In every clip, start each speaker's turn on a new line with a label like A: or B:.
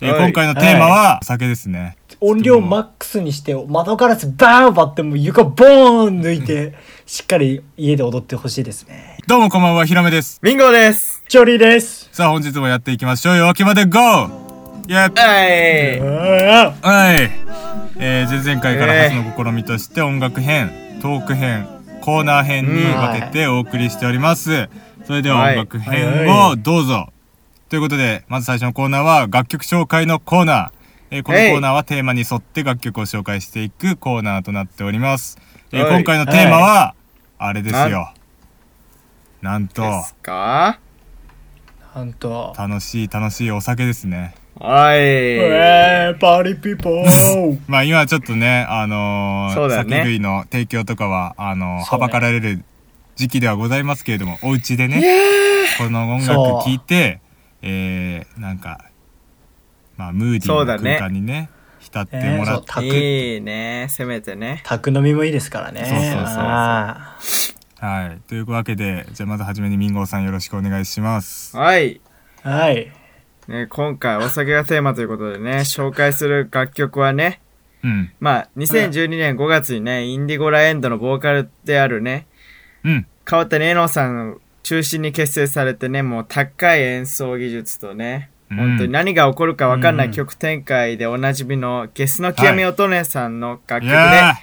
A: で、今回のテーマは、酒ですね。
B: 音量マックスにして窓ガラスバーン割ってもう床ボーン抜いてしっかり家で踊ってほしいですね
A: どうもこんばんは、ひろめです。
C: ミンゴです
B: チョリーです
A: さあ、本日もやっていきましょうよ。秋まで GO! イェー
C: はい
B: あ
A: はい。えー、前々回から初の試みとして、音楽編、トーク編、コーナー編に分けてお送りしております。それでは
C: は
A: 音
C: い
A: 楽編をどうぞ。ということで、まず最初のコーナーは、楽曲紹介のコーナー。えーこのコ
C: はい
A: ーナーはテーマに沿って楽曲を紹介していくコーナーとなっております。えー
C: はい
A: 今回のテーマは、あれですよ。なんと、
C: ですか
B: あなんと
A: 楽しい楽しいお酒ですね。
C: は
B: え
C: い
B: ー、パーリーピーポー
A: まあ今 はちょっとね、あの
C: そ
A: ー
C: うだよね
A: 酒類の提供とかは、あのー
B: そ
A: は
B: うね
A: ばかられる時期ではございますけれども、お家でね、この音楽
B: そう
A: 聴いて、えー、なんか、まあ、ムーディ
C: そ
A: ー
C: う
A: な
C: だね
A: 空間にね、浸って
B: え
A: もら
B: ー、そ
A: って、
B: う宅
C: いいねせめてね
B: 宅飲みもいいですからね
A: そうそうそうそう
B: あ
A: はい。というわけで、じゃあまずはじめに民ンさんよろしくお願いします。
C: はい
B: ーはい
C: ね今回お酒がテーマということで ね紹介する楽曲はね
A: うん。
C: まあ2012年5月にねインディゴラエンドのボーカルであるね
A: うん。
C: 川谷絵音さんを中心に結成されてねもう高い演奏技術とね
A: うん
C: 本当に何が起こるか分かんな
A: う
C: い
A: ん
C: 曲展開でおなじみのゲスの極み乙女さんの楽
A: い
C: 曲で、
A: や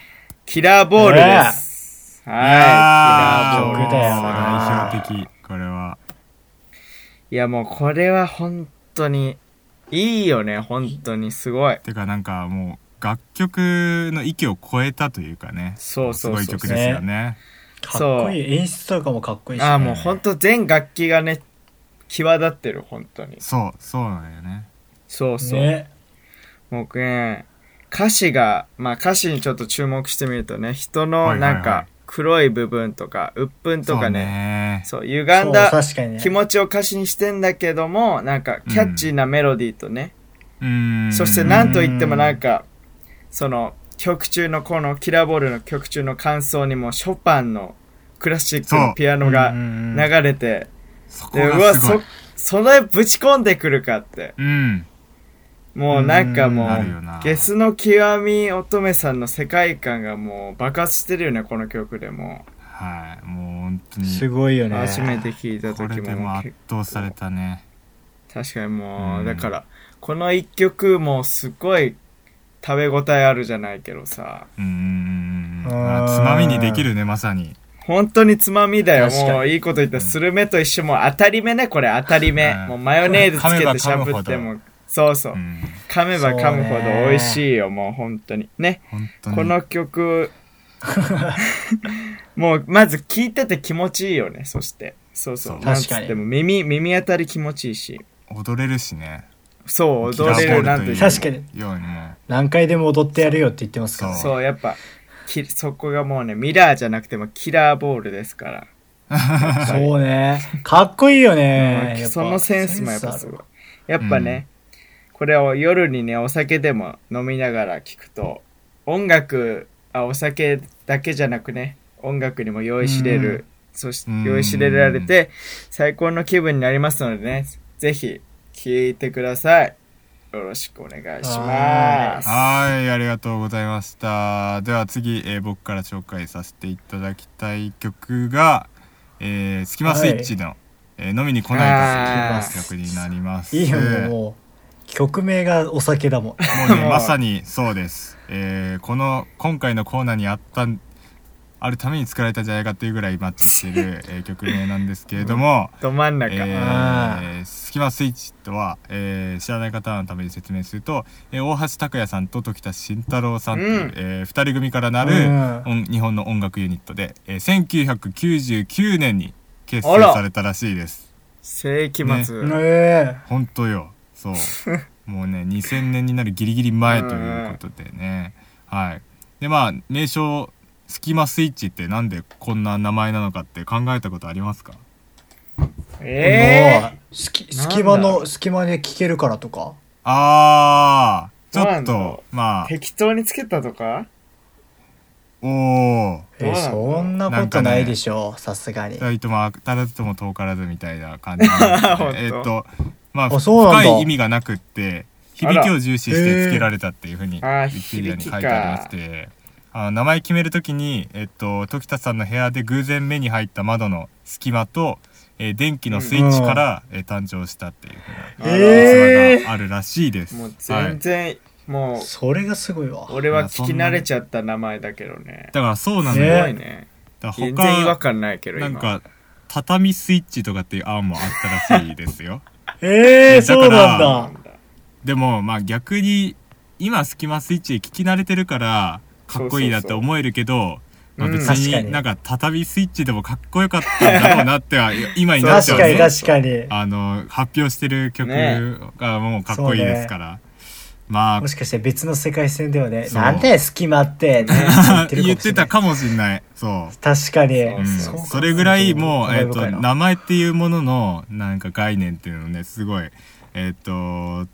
C: キラーボールです。
A: ー
C: はい。キラーボール
B: 曲だよ
C: で
B: な
A: 代
C: す。
A: 表的、これは。
C: いや、もうこれは本当に、いいよね、本当に、すごい。
A: てかなんかもう、楽曲の域を超えたというかね、
C: そう
A: す
C: そう
A: ご
C: そう
A: い曲ですよね。
B: かっこいい演出とかもかっこいいし、
C: ああ、もう本当全楽器がね、際立ってる、本当に。
A: そう、そうなんだよね。
C: そうそう。
B: ね
C: 僕ね、歌詞が、まあ歌詞にちょっと注目してみるとね、人
A: は
C: のなん
A: いはいはい
C: か、黒い部分とか、鬱憤とかね、
A: ね
C: そう、歪んだ
B: そう確かにね
C: 気持ちを歌詞にしてんだけども、なんか、キャッチーなメロディーとね、
A: うーん。
C: そして
A: な
C: なんといってもなんか、その曲中のこのキラーボールの曲中の感想にもショパンのクラシックのピアノが
B: うん
C: 流れて、
A: そこ
C: で、
A: が
C: うわ、
A: すごい
C: そ、それぶち込んでくるかって。
A: うん。
C: もうなんかも
A: うんなるよな
C: う、ゲスの極み乙女さんの世界観がもう爆発してるよね、この曲でも
A: はい。もう本当
B: す
A: に。
B: ごいよ
C: う。
B: ね
C: 初めて聴いた
A: こ
C: 時
A: れで
C: も
A: も
C: もう
A: 圧
C: け
A: 倒されたね。
C: 確かにも
A: う
C: う、
A: ん
C: だから、この一曲もすごい食べ応えあるじゃないけどさ。
A: うーん。
B: あー
A: あつまみにできるね、まさに。
C: 本当につまみだよ。
B: 確かに
C: もういいこと言った。スルメと一緒もう当たり目ね、これ当たり目
A: う。ん
C: もうマヨネーズつけ
A: 噛めば
C: てし
A: 噛
C: ゃ
A: むほど
C: ぶっても。そうそう
A: う。ん。
C: 噛めば噛むほど美味しいよ、もう本当に。ね。
A: 本当に。
C: この曲、もうまず聞いてて気持ちいいよね、そして。そうそう。
A: そう
C: なん
B: 確かに
C: つっても耳、耳当たり気持ちいいし。
A: 踊れるしね。
C: そう、
A: キラ
C: 踊
A: ーボール
C: れ
A: という
C: るなんて。
B: 確かに
A: ようにも。
B: 何回でも踊ってやるよって言ってますからね
C: そう、やっぱ、きそこがもうね、ミラーじゃなくてもキラーボールですから。
B: そうね。かっこいいよね。
C: うん
B: やっぱ
C: そのセンスもやっぱすごい
B: センスある。
C: やっぱね、これを夜にね、お酒でも飲みながら聞くと、音楽、あ、お酒だけじゃなくね、音楽にも酔いしれ
B: う
C: る、そして
A: うん
C: 酔いしれられて、最高の気分になりますのでね、ぜひ聞いてください。よろしくお願いします。
A: はい、ありがとうございました。では次、えー僕から紹介させていただきたい曲が、えー、スキマスイッチの、えー飲みに来ないです曲になります。
B: いいよね、もう。曲名がお酒だもん。
A: もうね、
C: もう
A: まさにそうです。えーこの、今回のコーナーにあった、あるために作られたんじゃないかっていうぐらいマッチしてる、えー曲名なんですけれども、
C: ど真ん中。
A: え
B: あ
A: ー、スキマスイッチとは、えー知らない方のために説明すると、えー大橋拓也さんと時田慎太郎さんという、
C: うん
A: え2人組からな
B: うん
A: る、音日本の音楽ユニットで、えー1999年に結
C: あ
A: 成
C: ら
A: されたらしいです。
C: 世紀末。
B: え
A: 本当よ そうもうね2000年になるギリギリ前ということでねはいでまあ名称「スキマスイッチ」ってなんでこんな名前なのかって考えたことありますか
C: えー
B: もうすき隙間の、隙間で聴けるからとか。
A: あーち
C: そうな
A: ょっ
C: んだ
A: とまあ
C: 適当につけたとか
A: おお
B: えー
C: どう
B: そんなことないでしょう、さすがに。
A: 2人とも当たらずとも遠からずみたいな感じな の
C: 本当
A: でえっとまあ
B: あそうなんだ
A: 深い意味がなくって響きを重視して付けられたっていうふうにウ
C: あら
A: ィキペディアに書いてありましてあ名前決めるときに、えっと、時田さんの部屋で偶然目に入った窓の隙間と、えー電気のスイッチから、えー誕生したっていうふうな
B: えー
A: 逸話があるらしいです。
C: もう
A: はい
C: 全然、も
B: それがすごいわ
C: う、俺は聞き慣れちゃった名前だけどね。
A: だからそうなん
C: す
A: だよ、
B: ね
C: ごいね。
A: だから
C: 全然違和
A: 他
C: 感ないけど、
A: な
C: 今。
A: んか畳スイッチとかっていう案もあったらしいですよ
B: ええ
A: え
B: ー、
A: だ
B: そ
A: か
B: う
A: ら
B: な
C: な
B: んだ
C: んだ
A: でもまあ逆に今スキマスイッチで聞き慣れてるからかっこいいなって思えるけど
C: そうそうそううん
A: まあ、別
B: 確か
A: に
B: に
A: なんか畳スイッチでもかっこよかったんだろうなっては 今になっちゃ
B: 確
A: う
B: かに
A: ね
B: 確かに
A: あの発表してる曲
C: ね
A: がもうかっこいいですから、まあ
B: もしかして別の世界線ではね
A: そう
B: なんだよ隙 間ってね
A: 言ってたか
B: か
A: もしんないそう
B: もしれない確
A: う
B: か
A: ん
B: に
C: そう
B: か
A: それぐらいもう、
B: 感
A: え
B: 慨
A: っ
B: 深
A: と
B: いな
A: 名前っていうもののなんか概念っていうのをねすごいえっ、と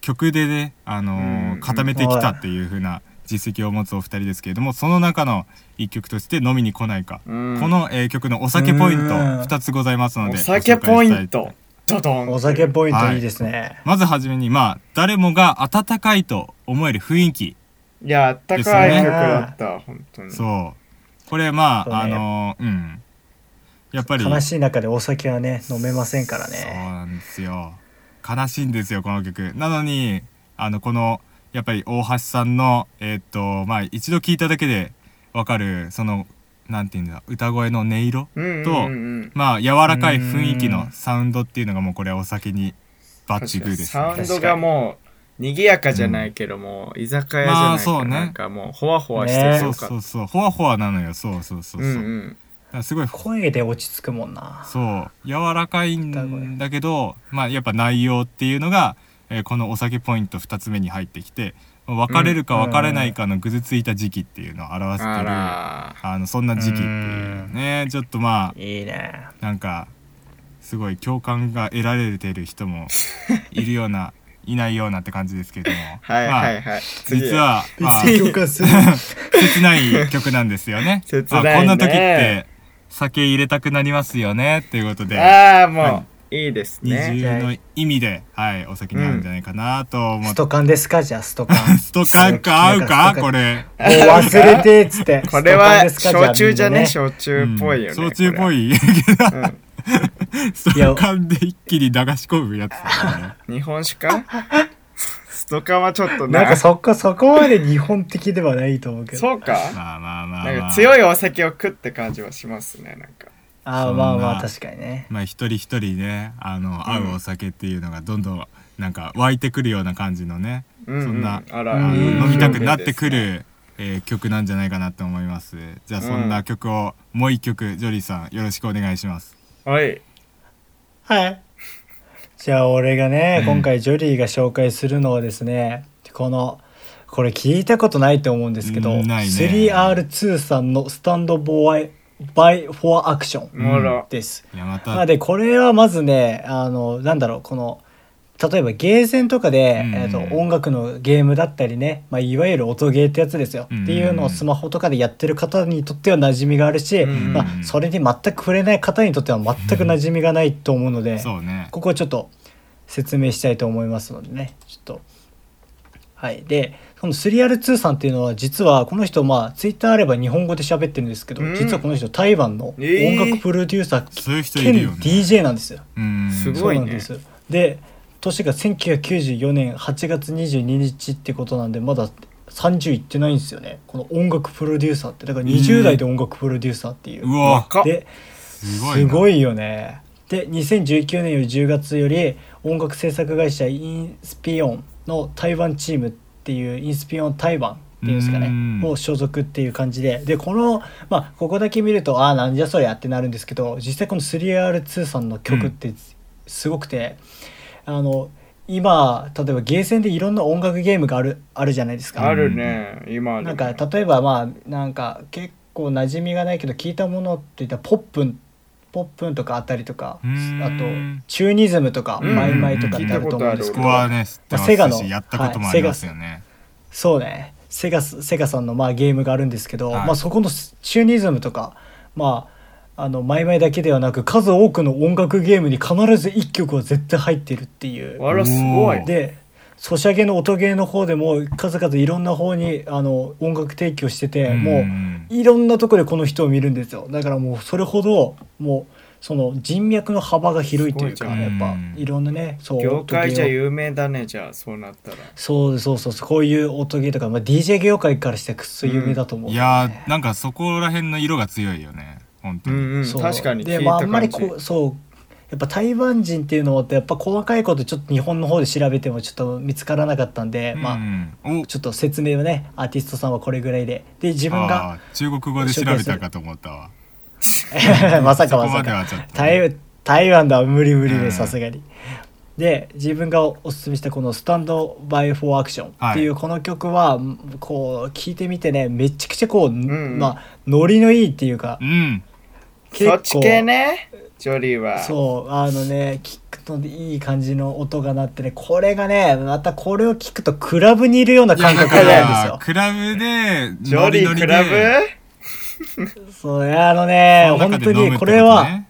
A: 曲でね、あのー
C: うん
A: 固めてきたっていう風な実績を持つお二人ですけれどもその中の一曲として「飲みに来ないか」
C: うん
A: この、えー曲のお酒ポイント
B: うん
A: 2つございますので
C: お酒ポイン
A: ご紹介した
C: ト
A: い。
C: ドドン。
B: お酒ポイント
A: はい
B: いいですね、
A: まずはじめにまあ誰もが温かいと思える雰囲気
C: いや、あったかい曲だった、本当に。
A: そうこれまあ、
B: そうね
A: あのーうんやっぱり
B: 悲しい中でお酒はね飲めませんから
A: そう
B: ね
A: なんですよ悲しいんですよこの曲なのにあのこのやっぱり大橋さんのえーっとまあ一度聞いただけでわかるそのなんていうんだ歌声の音色
C: うん
A: と
C: うんうんうん
A: まあ柔らかい雰囲気のサウンドっていうのがもうこれはお酒にバッチグーです、
C: サウン
A: ね、
C: ドがもう、賑やかじゃないけども、居酒屋じゃ
A: ま
C: な
A: あ
C: いけど、
A: そうね
C: なんかもう、ほわほわして
B: ね
C: て
A: そ
C: よ
A: う
C: かっ
A: そうそうほわほわなのよそうそうそうそう、
C: た。うんうん。
A: だからすごい
B: 声で落ち着くもんな
A: そう柔らかいんだけど、まあ、やっぱ内容っていうのが、えーこのお酒ポイント2つ目に入ってきてまあ別れるか別れないかのぐずついた時期っていうのを表してる、
C: あ
A: あ
C: ら
A: のそんな時期っていうねちょっとまあ
B: いいね
A: なんかすごい共感が得られてる人 もいるようないないようなって感じですけれども、
C: ー。はい
A: まあ
C: はいはい。次
A: 実、は、まあ、
B: 共感する
A: 切ない曲なんですよね
C: 切ないね
A: まあこんな時って酒入れたくなりますよねっていうことで。
C: ああ、もう、いいです
A: 二
C: ね。
A: 重の意味で、はい、お酒に合うんじゃないかなと思っ
B: ス
A: て。
B: トカンですかじゃあストカ ン
A: ストカンか合うかこれ。
B: もう忘れてっつって
C: これは、焼酎じゃね焼
A: う
C: 酎
A: ん
C: っぽいよね。
A: 焼酎っぽ
C: い。
A: い。
C: うん
A: ストカンで一気に流し込むやつだからね。
C: 日本酒かストカはちょっと
B: なんか
C: な。
B: そこそこまで日本的ではないと思うけど
C: そうか
A: まあまあまあ
C: なん
A: ま
C: か
A: あ。
C: 強
A: い。
C: いお酒を食って感じはしますね、なんか。
B: ああまあま
A: そんな
B: あ確かにね
A: まあ一人一人ね、あの、合うお酒っていうのがどんどん、なんか湧いてくるような感じのね。
C: う
A: そんな、
C: あ
A: あ
C: ら、
A: の
C: いい
A: 飲みたくなって
C: 表
A: く
C: 現ですね。
A: る。えー曲なんじゃないかなと思います。じゃあそんな曲を、もう一曲ジョリーさんよろしくお願いします。
C: はい。
B: はいじゃあ俺がね、
A: うん
B: 今回ジョリーが紹介するのはですねこのこれ聞いたことないと思うんですけど、
A: ないね
B: 3R2 さんの「スタンドボーイバイ・フォア・アクション
A: ん
C: もろ」。
B: です。
A: いやま
B: まあ、
A: た。
B: でこれはまずねあのなんだろうこの例えばゲーセンとかで、
A: うん
B: えー、と音楽のゲームだったりね、まあ、いわゆる音ゲーってやつですよ、
A: うん
B: っていうのをスマホとかでやってる方にとっては馴染みがあるし、
C: うん
B: まあ、それに全く触れない方にとっては全く馴染みがないと思うので、
A: そうね。
B: ここはちょっと説明したいと思いますのでねちょっとはいでこの 3R2 さんっていうのは実はこの人まあツイッターあれば日本語で喋ってるんですけど、
C: うん
B: 実はこの人台湾の音
C: えー
B: 楽プロデューサー
A: そういう人い
B: 兼
A: るよね。
B: DJ なんですよ。
A: うん。
C: すごい
B: そうなん
C: ね
B: ですよで年が1994年8月22日ってことなんでまだ30いってないんですよねこの音楽プロデューサーってだから
A: うん
B: 20代で音楽プロデューサーっていうう。
A: わ
C: 若っ
A: すごい
B: す
A: な
B: ごいよね。で2019年より10月より音楽制作会社インスピオンの台湾チームっていうインスピオン台湾っていうんですか
A: う
B: ね
A: ん
B: を所属っていう感じででこのまあここだけ見るとああなんじゃそりゃってなるんですけど実際この 3R2 さんの曲ってすごくて、あの今例えばゲーセンでいろんな音楽ゲームがあるあるじゃないですか。
C: あるね、今ある
B: な
C: ね
B: んか例えばまあなんか結構馴染みがないけど聞いたものって言ったらポップンポップンとかあったりとか
A: うー
B: あと
A: ん
B: チューニズムとか
C: うん
B: マイマイとかってあると思うんです
A: そ
B: け
A: こ
B: ど、
A: はね知ってま
B: まあセ
A: す
B: ガの
A: しやったこともありますよね、
B: そうねセガスセガさんのまあゲームがあるんですけど、
A: はい
B: まあ、そこのスチューニズムとかまああのマイマイだけではなく数多くの音楽ゲームに必ず1曲は絶対入ってるっていう
C: あら、すごい。
A: おー
B: でソシャゲの音ゲーの方でも数々いろんな方にあの音楽提供してて、もういろんなとこでこの人を見るんですよだからもうそれほどもうその人脈の幅が広いという
C: す
B: か
C: ごい
A: じゃ
B: や
A: ん
B: っぱ
A: うん
B: いろんなねそう
C: 業界じゃ
B: 音ゲーを
C: 有名だね、じゃあ、そうなったら。
B: そうそうそうそうこういう音ゲーとか、まあ、DJ 業界からしてくっそ有名だと思う、
A: いやーなんかそこら辺の色が強いよね本当
C: う
A: に、
C: んうん、
B: そう
C: 確かに聞い
B: で、まあ、あ
C: た
B: んまり
C: 感じ。
B: こうそうやっぱ台湾人っていうのはやっぱ細かいことちょっと日本の方で調べてもちょっと見つからなかったんで、ま
A: う
B: あ
A: んお
B: ちょっと説明はねアーティストさんはこれぐらいでで自分が
A: あー中国語で調べたかと思ったわ
B: まさ
A: そ
B: か
A: こ
B: ま
A: ま
B: さ
A: では
B: か
A: ちょっと
B: 台台湾だ無理無理
A: う
B: で
A: ん
B: さすがに。で自分がおすすめしたこの「スタンド・バイ・フォー・アクション」っていうこの曲は、こう聴いてみてねめちゃくちゃこう、
C: ん
B: まあノリのいいっていうか
A: うん
C: そっち系ね、ジョリーは。
B: そうあのね聞くといい感じの音が鳴ってねこれがねまたこれを聞くとクラブにいるようない
A: や
B: 感
A: だ
B: 覚
A: か
B: になるん
A: ら
B: で
A: クラブで
C: ジョリークラブ
B: すよ。そうあのね本当にこれは、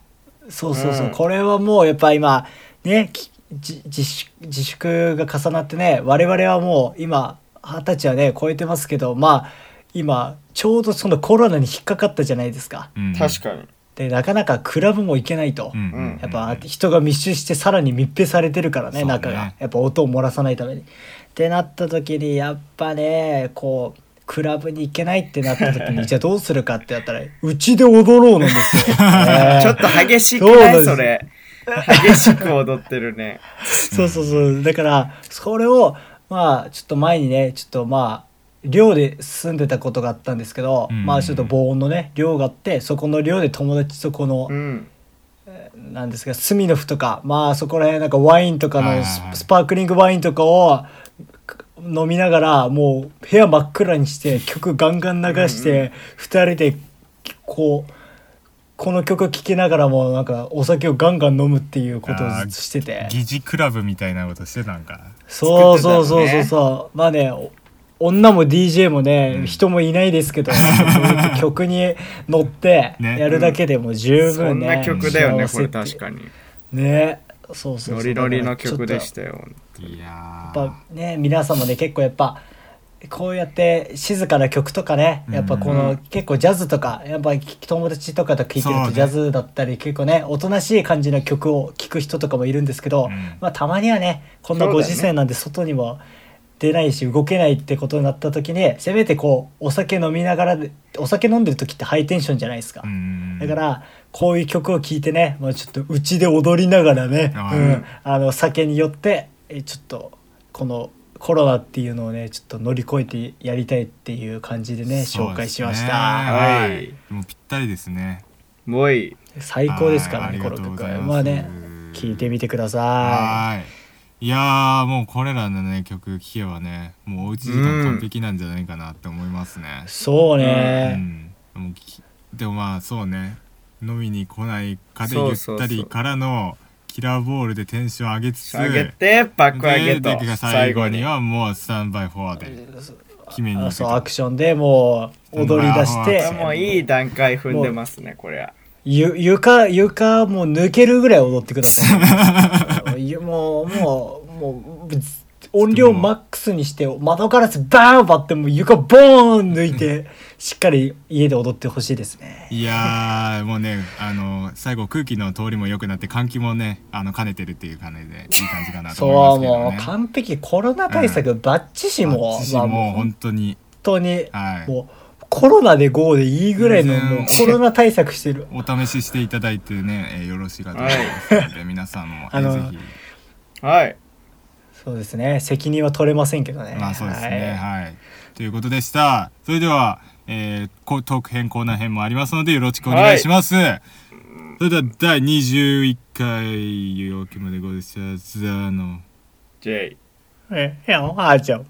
B: そうそうそう、
C: うん
B: これはもうやっぱ今ねきじ自粛自粛が重なってね我々はもう今二十歳はね超えてますけどまあ今ちょうどそのコロナに引っかかったじゃないですか。
C: 確
A: に
C: かに。
B: でなかなかクラブも行けないと。
A: うんうん
C: うん
B: やっぱ人が密集してさらに密閉されてるからね
A: そうね
B: 中がやっぱ音を漏らさないために。ってなった時にやっぱねこうクラブに行けないってなった時にじゃあどうするかってなったらうちで踊ろうなんですよ。ね
C: ちょっと激しくな
B: そう
C: い
B: です
C: それ。激しく踊ってるね。
B: そうそうそうだからそれをまあちょっと前にねちょっとまあ寮で住んでたことがあったんですけど、
A: うん
B: まあちょっと防音のね寮があってそこの寮で友達とこの
C: う、ん。
B: なんですがスミノフとかまあそこら辺なんかワインとか
A: はい
B: の
A: はい
B: ス
A: はい
B: スパークリングワインとかをく飲みながらもう部屋真っ暗にして曲ガンガン流し
C: うんう
B: て2人でこうこの曲聴きながらもなんかお酒をガンガン飲むっていうことを
A: あー
B: してて
A: 疑似クラブみたいなことしてたんか
B: そう
C: 作
B: そう
C: ってたのね
B: そうそうそうまあねお女も DJ もね、
A: うん
B: 人もいないで すけどそうやって曲に乗って
A: ね
B: やるだけでも十
C: そ
B: 分
C: ん
B: ね、
C: な曲だよね、
B: 幸
C: こ
B: せっ
C: れ確
B: て
C: かに。
B: ねそうそうそう
C: ノリノリの曲で
B: た
C: したよ。
A: いや
B: やっぱね皆様ね結構やっぱこうやって静かな曲とかねやっぱこ
C: う
B: の、
C: ん
B: 結構ジャズとかやっぱ友達とかと聴いて
A: そう
B: る
A: ね
B: とジャズだったり、結構ねおとなしい感じの曲を聴く人とかもいるんですけど、
A: うん
B: まあ、たまにはねこん
C: そ
B: な
C: うだ
B: ご
C: よね
B: 時世なんで外にも出ないし動けないってことになった時にせめてこうお酒飲みながらでお酒飲んでる時ってハイテンションじゃないですか。だからこういう曲を聴いてね、まあ、ちょっとうちで踊りながらね、
A: あー
B: うん、あの酒によってえちょっとこのコロナっていうのをねちょっと乗り越えてやりたいっていう感じでね紹介しました、
A: は
C: はい
A: いもうぴったりですね
C: もういい。
B: 最高ですからね
A: はい
B: この曲
A: あ
B: は
A: りがとうご
B: ま
A: ざ
B: あ
A: います
B: ね聴いてみてくださ
A: はいいやーもうこれらのね曲聴けばねもうおうち時間完璧なんじゃないかなって思いますね
B: いそう
A: う
B: ね、
A: んもうきでもまあそうね飲みに来ないかで
C: そ
A: ゆ
C: う
A: っ
C: そうそう
A: たりからのキラーボールでテンション上げつつ
C: 上げて、バック上げ
A: で
C: と
A: で。最
C: 最
A: 後
C: 後
A: に
C: に。
A: はもうスタンバイフォアで決めに行
B: あ
A: く
B: そうア
A: と
B: クションでもう踊り出して
A: う
C: もういい段階踏んでますね、これは。
B: ゆ床床もう抜けるぐらい踊ってくださ いいやもうもうもうず音量マックスにして窓ガラスバーン割ってもう床ボーン抜いてしっかり家で踊ってほしいですね
A: いやーもうねあの最後空気の通りも良くなって換気もねあの兼ねてるっていう感じでいい感じかなと
B: そう
A: 思いま
B: もう
A: すけどね。
B: 完璧コロナ対策バッチシも,、
A: 私
B: まあ、
A: もう
B: 本
A: 本当に
B: 当に、
A: はい
B: もうコロナで GO でいいぐらいの
A: 全然
B: もうコロナ対策してる
A: お試ししていただいてね、えーよろしいかと思いますので皆さんも、え
B: あの
A: ーぜひ。
C: はい。
B: そうですね責任は取れませんけどね
A: まあそうですね。
B: はい
A: はい。ということでした。それでは、えーこトーク編コーナー編もありますのでよろしくお願いします。それでは第21回陽気までご視聴ザの
C: J。
B: えいやあーちゃん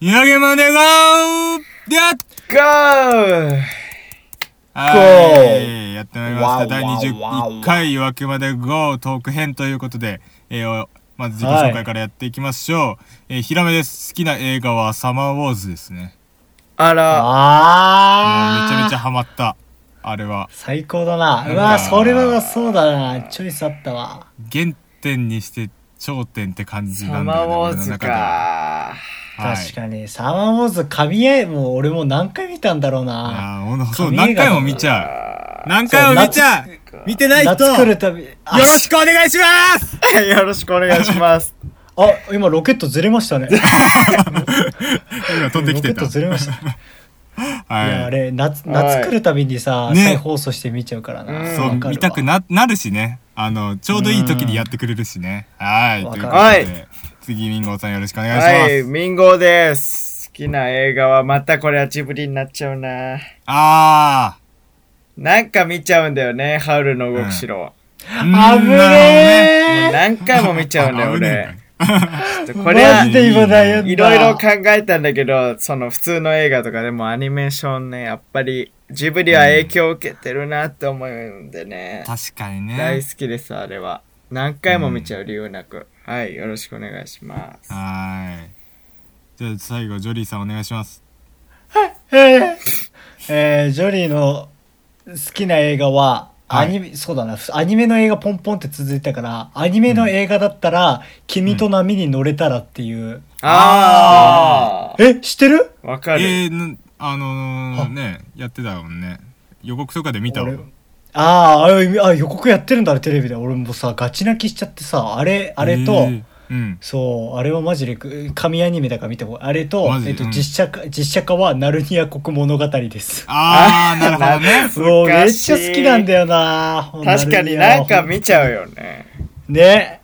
A: 陽気までごーやっ
C: GO!
A: はい、やってまいりまし
B: わ
A: た。
B: お
A: 第
B: わおわお
A: 21回夜明けまで GO トーク編ということで、えーおまず自己紹介からやっていきましょう、えーヒラメです好きな映画は「サマーウォーズ」ですね
C: あら、
A: もう
B: あ
A: めち
B: あ
A: ゃめちゃハマったあれは
B: 最高だな。
A: うん
B: うわ、それはそうだな。チョイスあったわ。
A: 原点にして頂点って感じな
C: サ
A: んだ
C: マ
A: よ
C: ー
A: ね
C: ウォ
A: 俺
C: ー
A: の
C: ズ
A: 中では
C: か。
A: はい
B: 確かに、サマーウォーズ噛み合い、もう俺もう何回見たんだろう
A: い
B: な。
A: やーほんとそう
B: 神映
A: 何
B: 画
A: 回も見ちゃう何回も見ちゃう見てない人
B: 夏来るたび、あ
A: よろしくお願いします
C: よろしくお願いします。
B: あ、今ロケットずれま したね。
A: 今飛んできて
B: ロケ
A: た
B: ットずれました。いや
A: は
B: あ
A: い
B: れ夏夏来るたびにさ、
A: ね
B: 再放送して見ちゃうからな、
C: うん
A: そ
B: わ
A: う
B: かるわ
A: 見たくななるしねあのちょうどいい時にやってくれるしねはい
B: わ
A: と
B: か
A: いう
B: る
A: ことで、
C: はい
A: 次ミンゴさんよろ しくお願いします、
C: はい、ミンゴーです。好きな映画はまたこれはジブリになっちゃうな。
A: あ
C: なんか見ちゃうんだよね、ハウルの動く城。も
A: あ
B: 危ね
C: う何回も見ちゃうんだよ、
A: 危
C: 俺
A: ね。
C: ちょっと
B: え
C: これは
B: マジで今悩んだ
C: いろいろ考えたんだけど、その普通の映画とかでもアニメーションね、やっぱりジブリは影響を受けてるなって思うんでね。
A: 確かに
C: 大
A: ね
C: 好きです、あれは。何回も見ちゃう理由なく。はい、よろしくお願いします。
A: はいじゃあ最後ジョリーさんお願いします
B: えー えージョリーの好きな映画は
A: は
B: ア
A: い
B: ニメ、そうだなアニメの映画ポンポンって続いたからアニメの映画だったら「君と波に乗れたら」っていう、
C: あ
B: え知ってる
C: あわかる。
A: えー、ぬあのー、ねやってたもんね予告とかで見たわ
B: 俺あーあれあ予告やってるんだあれテレビで俺もさガチ泣きしちゃってさあれあれと、
A: えーうん
B: そう、あれはマジでく、神アニメだから見ても、あれと
A: マ、ジ
B: えっと、
A: うん
B: 実写化、実写化は、ナルニア国物語です。
A: ああなるほどね
B: そう、めっちゃ好きなん
C: よ。
B: だよな
C: 確かになんか見ちゃうよね。
B: ね。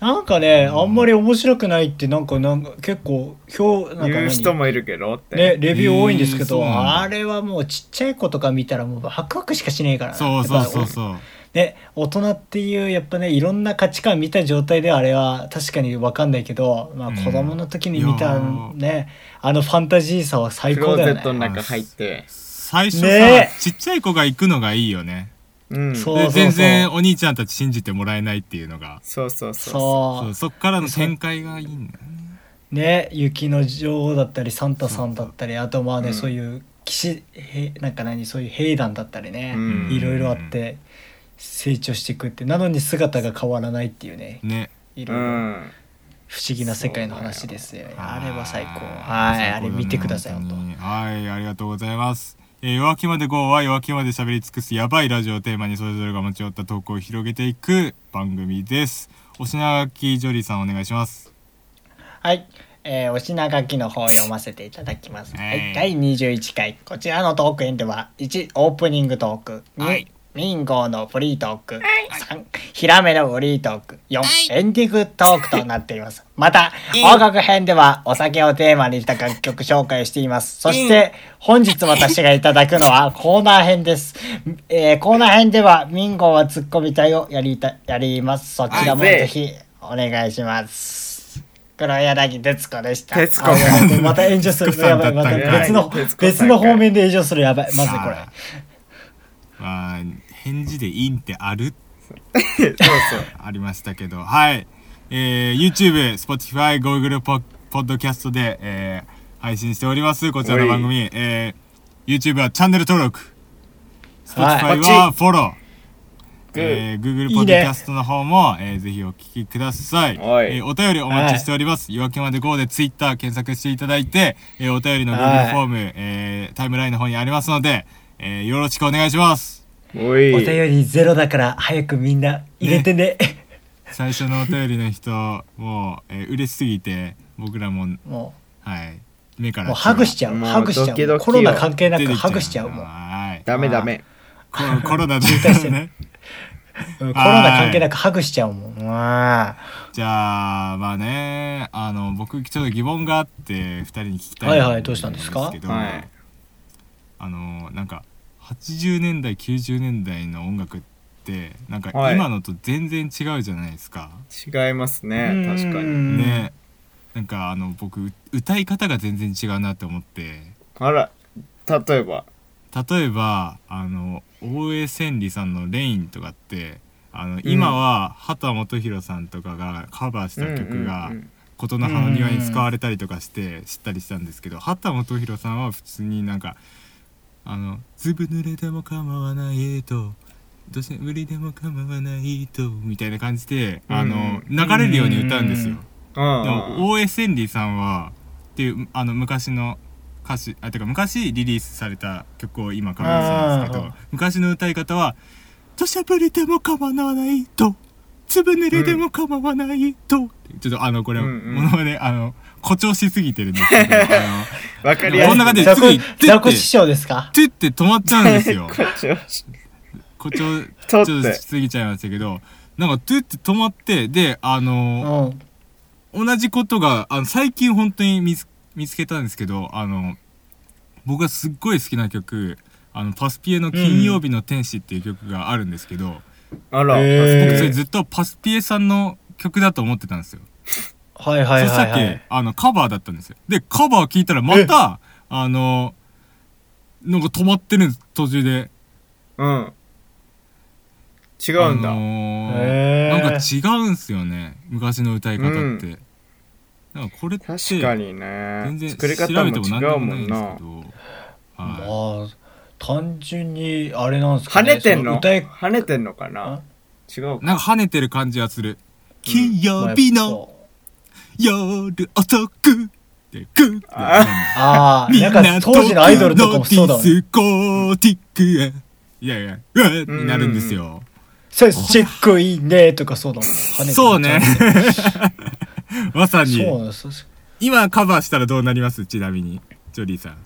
B: なんかね、あんまり面白くないって、なんか、なんか、結構、評、なんか
C: 言う人
B: 何
C: もいるけどって。
B: ね、レビュー多いんですけ
A: えーそう
B: ど、
A: なんだ
B: あれはもうちっちゃい子とか見たらもうハクハクしかしないからな
A: そうそうそ
B: や
A: う
B: っぱ
A: そう
B: ね、大人っていうやっぱねいろんな価値観見た状態ではあれは確かに分かんないけど、まあ、
A: うん
B: 子供の時に見
A: いや
B: た
A: ー
B: ね、あのファンタジーさは最
C: クロ
B: 高
C: ー
B: だ
C: ゼ
B: よ
C: ットの
B: ね。
C: 中入って。
A: 最初さ、
B: ねえ
A: ちっちゃい子が行くのがいいよね
C: うん。
B: そ
C: そうう
A: で全然お兄ちゃんたち信じてもらえないっていうのが
C: そうそう
A: そ
B: そう
A: そっからの展開がいいんだよね
B: うね雪の女王だったりサンタさんだったりあとまあね、
C: うん
B: そういう騎士へなんか何そういう兵団だったりね、
C: うん
B: いろいろあって成長していくってなのに姿が変わらないっていうね
A: ね
B: いうろいろ
C: ん。
B: 不思議な世界の話ですよ、ね、あれは最高
A: ー
B: はいあれ見てください
A: 最高
B: 本当
A: だねはいありがとうございますえー、夜明けまで GO は夜明けまで喋り尽くすやばいラジオをテーマにそれぞれが持ち寄ったトークを広げていく番組ですお品書きジョリーさんお願いします
B: はい、えーお品書きの方を読ませていただきます。は
A: はい
B: い、第21回こちらのトークエンでは1オープニングトーク2、
A: はい
B: ミンゴーのフリートーク、3ヒラメのフリートーク4、エンディングトークとなってい ます。また音楽編ではお酒をテーマにした楽曲紹介をしています。そして本日私がいただくの はコーナー編です。えーコーナー編ではミンゴーはツッコミ隊をやりたやります。そちらも
C: はい
B: ぜひお願いします。黒柳徹子でした。
C: 徹子
B: あやばいまた炎上する。
A: 徹子さ
B: や
A: んだ
B: ば
A: っ
B: い、
A: たんか
B: また別の
C: 徹子さん、か
B: 別の方面で炎上する。やばい、まずいこ
A: さあー返事でいいんってある
C: そうそう。
A: ありましたけど、はい。えー YouTube、Spotify、Google ポポッドキャストで、えー配信しております。こちらの番組、えー YouTube はチャンネル登録、
B: はい
A: Spotify はフォロー、
C: グ
A: えー
C: ー。
A: Google ポッ
B: い
A: ドキ
B: いね
A: ャストの方も、えーぜひお聞きください。
C: はい
A: えーお便りお待ちしております。夜明けまで GO で Twitter 検索していただいて、えーお便りの
B: は
A: Google
B: い
A: フォーム、えータイムラインの方にありますので、えーよろしくお願いします。
C: お
B: れ。お
C: い。
B: 便りゼロだから早くみんな入れてね。
A: 最初のお便りの人、もう、えー嬉しすぎて、僕らも
B: も
A: はい。目か
B: う、
A: ら
B: もうハグしちゃう。
C: もう
B: ハグしちゃ
C: ドキド
B: う。
C: キよ
B: コロナ関係な
A: 出
B: く
A: てき
B: ハグしちゃう。もう
A: はい。
C: ダメダメ。
A: コロコロナで
B: 滞してる
A: ね。
B: うんコロナ関係なくハグしちゃうもん。うわ
A: じゃあまあねあの僕ちょっと疑問があって二人に聞きたい
B: はいはいどうしたんですか
A: けど
C: はい。
A: あのなんか80年代90年代の音楽ってなんか
C: はい
A: 今のと全然違うじゃないですか。
C: 違いますね、確
B: ー
C: か
B: う
C: に。
B: ん
A: ねなんかあの僕う歌い方が全然違うなって思って
C: あら、例えば。
A: 例えばあの大江千里さんの「レインとかってあの今は畑基博さんとかがカバーした曲が
C: うんうんうん
A: 「琴の葉の庭」に使われたりとかして知ったりしたんですけど畑基博さんは普通になんか「あのずぶ濡れでも構わないと」どうせ無理でも構わないとみたいな感じであの
C: うん
A: 流れるように歌うんですよ。で
C: うん
A: も大江千里さんはっていうあの昔の歌詞あてか昔リリースされた曲を今カバーしたんですけど昔の歌い方は「土砂降りでも構わないと粒濡れでも構わないと」ちょっとあのこれ、
C: う
A: も
C: んうん
A: のまねあの誇張しすぎてるんです けどあ
C: わか
A: の
C: りや
A: こ
C: すい
A: んな感じで
B: ザコ
A: 次「て
B: ザ
A: っ
B: コ
A: て」
B: 師匠ですか
A: てって止まっちゃうんです よ誇張ちょっ
C: 太っ
A: と
C: て
A: しすぎちゃいましたけどなんか「てって止まってであの
B: うん。
A: 同じことがあの最近本当に見つ見つけたんですけどあの僕がすっごい好きな曲あのパスピエの「金曜日の天使」っていう曲があるんですけど、
C: あら、
B: へ
A: 僕
B: ー
A: それずっとパスピエさんの曲だと思ってたんですよ、
B: はいはい
A: そした
B: はい、
A: ら
B: は
A: っ
B: い
A: け。あのカバーだったんですよでカバー聴いたらまたあのなんか止まってるんです途中で
C: うん。違うんだ。
A: あのー
B: へ
A: な
B: ー
A: んか違うんすよね昔の歌い方って、
C: うん
A: なんかこれって
C: 確かに
A: 全
C: ね。
A: 然
C: 作り方
A: 調べ
C: も
A: ても何
C: 違
A: でもな
C: うも
A: いん
C: ん
A: です
C: な
A: け。ど、
B: ま
A: は
B: あ、単純に、あれなんですか
C: 跳
B: ね。
C: ねてんの
B: そ歌い
C: 跳ねてんのかな違う
A: い、
C: か。
A: なんか跳ねてる感じはする「金曜日の夜遅く」ってグッて
C: あ
B: ああ、
A: みん
B: なんか
A: な
B: 当時のアイドルとかもそうだも
A: ディス
B: ん。
A: コティックへいやいやうわっになるんですよ、
B: そうです。チェックいいねとかそうだもん。跳ねてる
A: そう ねまさ
B: そう
A: に
B: なんです。
A: 今カバーしたらどうなりますちなみにジョリーさん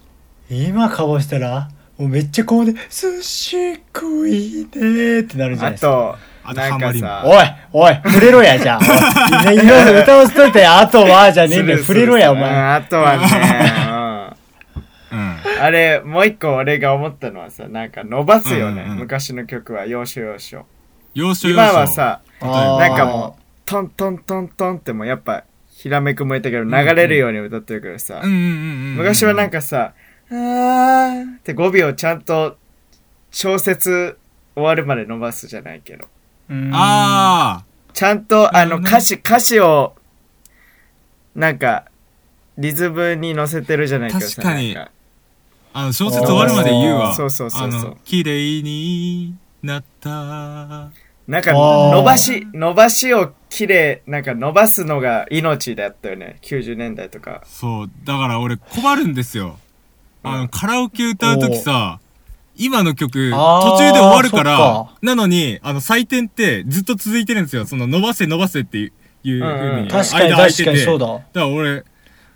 B: 今かぼしたら、もうめっちゃこうで、寿司食いねってなるんじゃな
C: あ
B: いですか。
C: と、
A: あと
C: なん
A: ハマ
C: か
A: りも
C: さ、
B: おい、おい、触れろ や、じゃあ。おいね今の歌をしといて、あとは、じゃねえんだよ。
C: するす
B: 触
C: る
B: れろや、お
C: うん
B: 前。
C: あとはね、
A: うん
C: うんあれ、もう一個俺が思ったのはさ、なんか伸ばすよね。
A: うんうん
C: 昔の曲は、要所要所。
A: 要所要所
C: 今はさ、
A: 例えば
C: なんかもう、トントントントンってもうやっぱ、ひらめくもいたけど、流れるように歌ってるけどさ
A: うん、うんうんうんうん
C: 昔はなんかさ、あーって語尾をちゃんと小説終わるまで伸ばすじゃないけど、
B: うーん
A: ああ
C: ちゃんとあ
A: なる
C: の
A: ほどね
C: 歌詞、歌詞を、なんか、リズムに乗せてるじゃないけど
A: 確
C: さ。
A: かに
C: なん
A: あの小説終わるまで言うわ。
C: そうそうそうそう
A: あの綺麗になった。
C: なんか
B: あー
C: 伸ばし、伸ばしをきれい、なんか伸ばすのが命だったよね。90年代とか。
A: そう、だから俺困るんですよ。あ
C: うん
A: の、カラオケ歌うときさ、今の曲、
B: あー
A: 途中で終わるから、
B: そっか
A: なのに、あの、採点ってずっと続いてるんですよ。その、伸ばせ伸ばせっていういう
C: うんうん
A: 風に。
B: 確かに、
A: 間空いて
B: 確
A: て
B: かにそうだ。
A: だから俺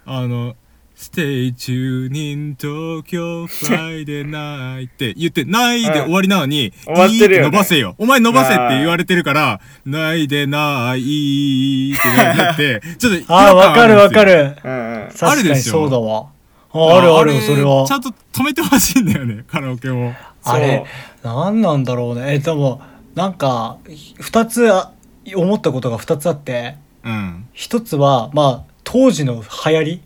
A: あの「Stay tuned in Tokyo Friday night」って言って「ない」で終わりなのに「
C: うん終わってるよね
A: いい伸ばせよお前伸ばせ」って言われてるから「ないでない」ってなってちょっと違和
B: ああ、
A: 感
B: わかる
A: あんですよ
B: わか
C: う
B: る。
C: んうん。
A: ある
B: 確か
A: で
B: に
A: しょ
B: そうだわ。ああるある、それは
A: ち。ゃんと止めてほしいんだよねカラオケも
B: あれ、なんなんだろうね。え、でも、なんか、二つあ、思ったことが二つあって、
A: うん
B: 一つは、まあ、当時の流行り。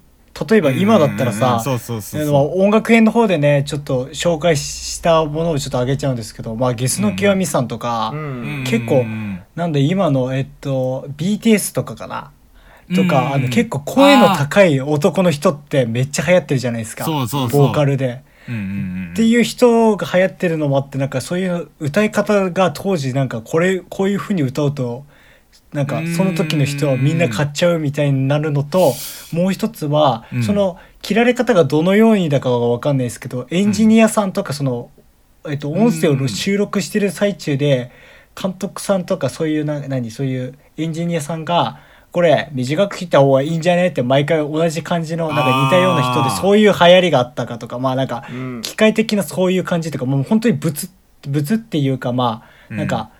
B: 例えば今だったら
A: うんうんう
B: さ
A: ん、そうそうそう
B: あ
A: そう
B: の音楽編の方でねちょっと紹介したものをちょっと上げちゃうんですけど、まあ、ゲスの極みさんとか、
C: う
A: うんん。
B: 結構
A: うん
B: なんで今の、えっと、BTS とかかな
A: うん
B: とか、
A: うん
B: あの結構声の高い男の人ってめっちゃ流行ってるじゃないですか
A: そうそうそう
B: ボーカルで。
A: うんうんうん
B: っていう人が流行ってるのもあってなんかそういう歌い方が当時なんかこれこういう風に歌うとなんかその時の人はみんな買っちゃうみたいになるのともう一つは
A: うん
B: その切られ方がどのようにだかが分かんないですけどエンジニアさんとかそのえっと音声を収録してる最中で監督さんとかそういうな何そういうエンジニアさんがこれ短く切った方がいいんじゃねって毎回同じ感じのなんか似たような人で
A: あー
B: そういう流行りがあったかとかまあなんか
C: うん
B: 機械的なそういう感じとかもう本当にブツブツっていうかまあ
A: うん
B: なんか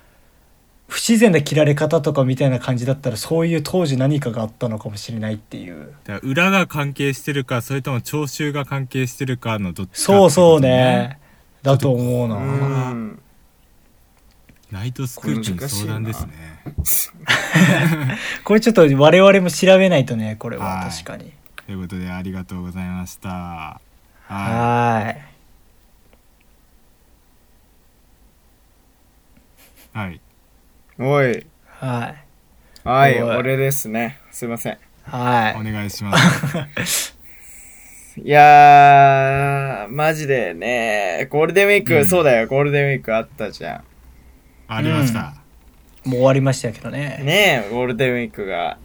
B: 不自然な切られ方とかみたいな感じだったらそういう当時何かがあったのかもしれないっていう
A: だから裏が関係してるかそれとも聴衆が関係してるかのどっちかって
B: そうそ
A: こ
B: う
A: と
B: ねだと思う
C: う。
B: なん
A: ナイトスクープに相談ですね。
B: これちょっと我々も調べないとねこれは
A: はい
B: 確かに
A: ということでありがとうございました。は
B: はーい
A: い。はい。
C: おい。
B: はい。
C: はい、
B: おい
C: 俺ですね。すいません。
A: お
B: はい。
A: 願いします。
C: いやー、マジでね、ゴールデンウィーク、
A: うん
C: そうだよ、ゴールデンウィークあったじゃ
A: ありました。
B: もう終わりましたけどね。
C: ん。ねえ、ゴールデンウィークが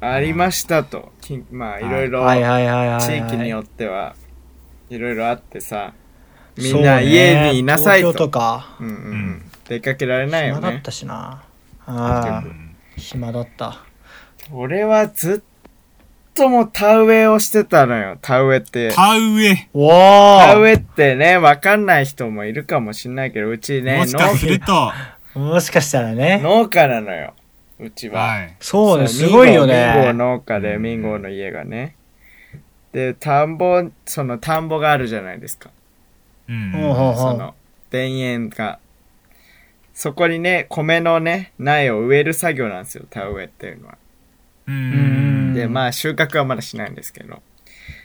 C: ありましたと。きまあ、いろいろ、
B: はいはいはいはいはい。
C: 地域によっては、いろいろあってさ、み
B: そうん
C: な
B: ね
C: 家にいなさいと。
B: 東京とか。
C: うんうんう
A: うんん。
C: 出かけられないよ
B: 暇だっ
C: ね。
B: たしな。あ
A: う
B: あ、
A: ん
B: 暇だった。
C: 俺はずっともう田植えをしてたのよ、田植えって。
A: 田植え、
B: おお
C: 田植えってね、わかんない人もいるかもしんないけど、うちね
A: も、しかすると、は
B: もしかしたら
C: 農
B: ね。
C: 農家なのよ、うちは。
A: い。
B: そうね、
C: そう
B: すごいよ
C: ミンゴミンゴ
B: ね。
C: 農家で、ミンゴの家がね。で、田んぼ、その田んぼがあるじゃないですか。
A: うん
B: ほうほうほ
C: その、田園が。そこにね、米のね、苗を植える作業なんですよ、田植えっていうのは。
A: う
B: うん
A: ん。
C: で、まあ収穫はまだしないんですけど、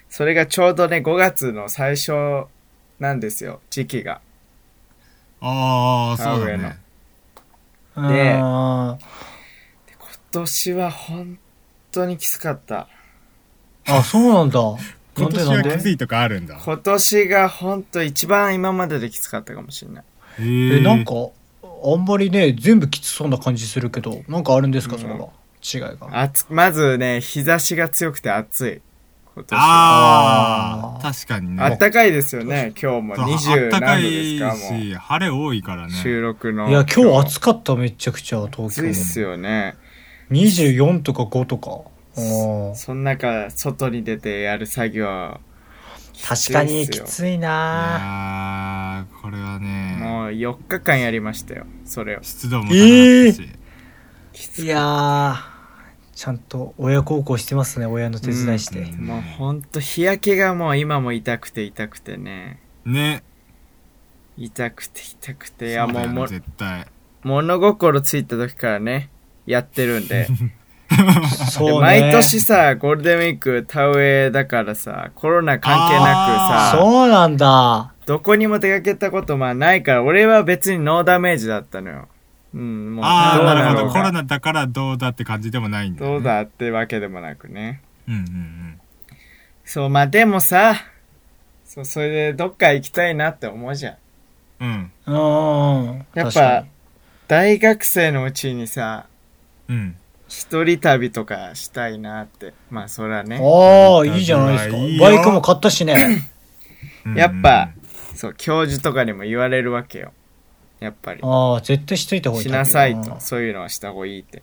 C: それがちょうどね、5月の最初なんですよ、時期が。
A: ああ、
C: 田
A: そう
C: 植え
A: だ
C: の
A: ね。
B: う。
C: で
B: あ
C: で今年は本当にきつかった。
B: ーあ、そ うなんだ。な
A: 今
B: んで
A: 年
B: な
A: は
B: ん
A: きつ
B: で
A: いとかあるんだ。
C: 今年が本当一番今までできつかったかもしれない。
A: え
B: え、
A: ー
B: なんか、あんまりね、全部きつそうな感じするけど、なんかあるんですか、
C: うん
B: それは。違いが。
C: 暑まずね、日差しが強くて暑い。今年は。
A: あ
B: あ
A: あ、確かに
C: あっ
A: ね。
C: たかいですよね、今日も。
A: そうあ
C: 20
A: ったか
C: 何度です
A: い
C: か、もう。
A: し、晴れ多いからね。
C: 収録の。
B: いや、今日暑かった、めちゃくちゃ、東
C: 暑いっ
B: 京。
C: すよね。
B: 24とか5とか。うん
C: そん中、外に出てやる作業。
B: 確か
C: きついっ
B: に
C: す
B: き
C: よ
B: つい
A: い
B: な
A: やーこれはね、
C: もう4日間やりましたよ、それを。
A: 湿度も高かったし。
C: きつ
B: いやーちゃんと親孝行してますね親の手伝いして、
A: うん
C: もうほんと日焼けがもう今も痛くて痛くてね。
A: ね。
C: 痛くて痛くて、い
A: い
C: やもうも
A: 絶対。
C: 物心ついた時からね、やってる んで。
B: そう
C: で
B: ね
C: 毎年さ、ゴールデンウィーク田植えだからさ、コロナ関係
A: あ
C: なくさ、
B: そうなんだ
C: どこにも出かけたことまあないから、俺は別にノーダメージだったのよ。うん、もう
A: あ
C: ど
A: あ、
C: う
A: なる
C: ろ
A: ほ
C: う
A: ど。コロ
C: が、
A: ナだからどうだって感じでもないんだ、ね。
C: どう。だってわけでもなくね。
A: うんうん
C: そう、まあでもさ、そう、それでどっか行きたいなって思うじゃん。
A: うん。うん。
B: うんや
C: やっぱ大学生のうちにさ、
A: うん。
C: 一人旅とかしたいなって。まあそれはね。
B: ああいいじゃないですか
A: いいよ
B: バイクも買ったしね
A: うん
C: やっぱ、そう、教授とかにも言われるわけよ。やっぱり。
B: ああ絶対しといた方がいい
C: しなさい
B: うん
C: と。そういうのはした方がいいって。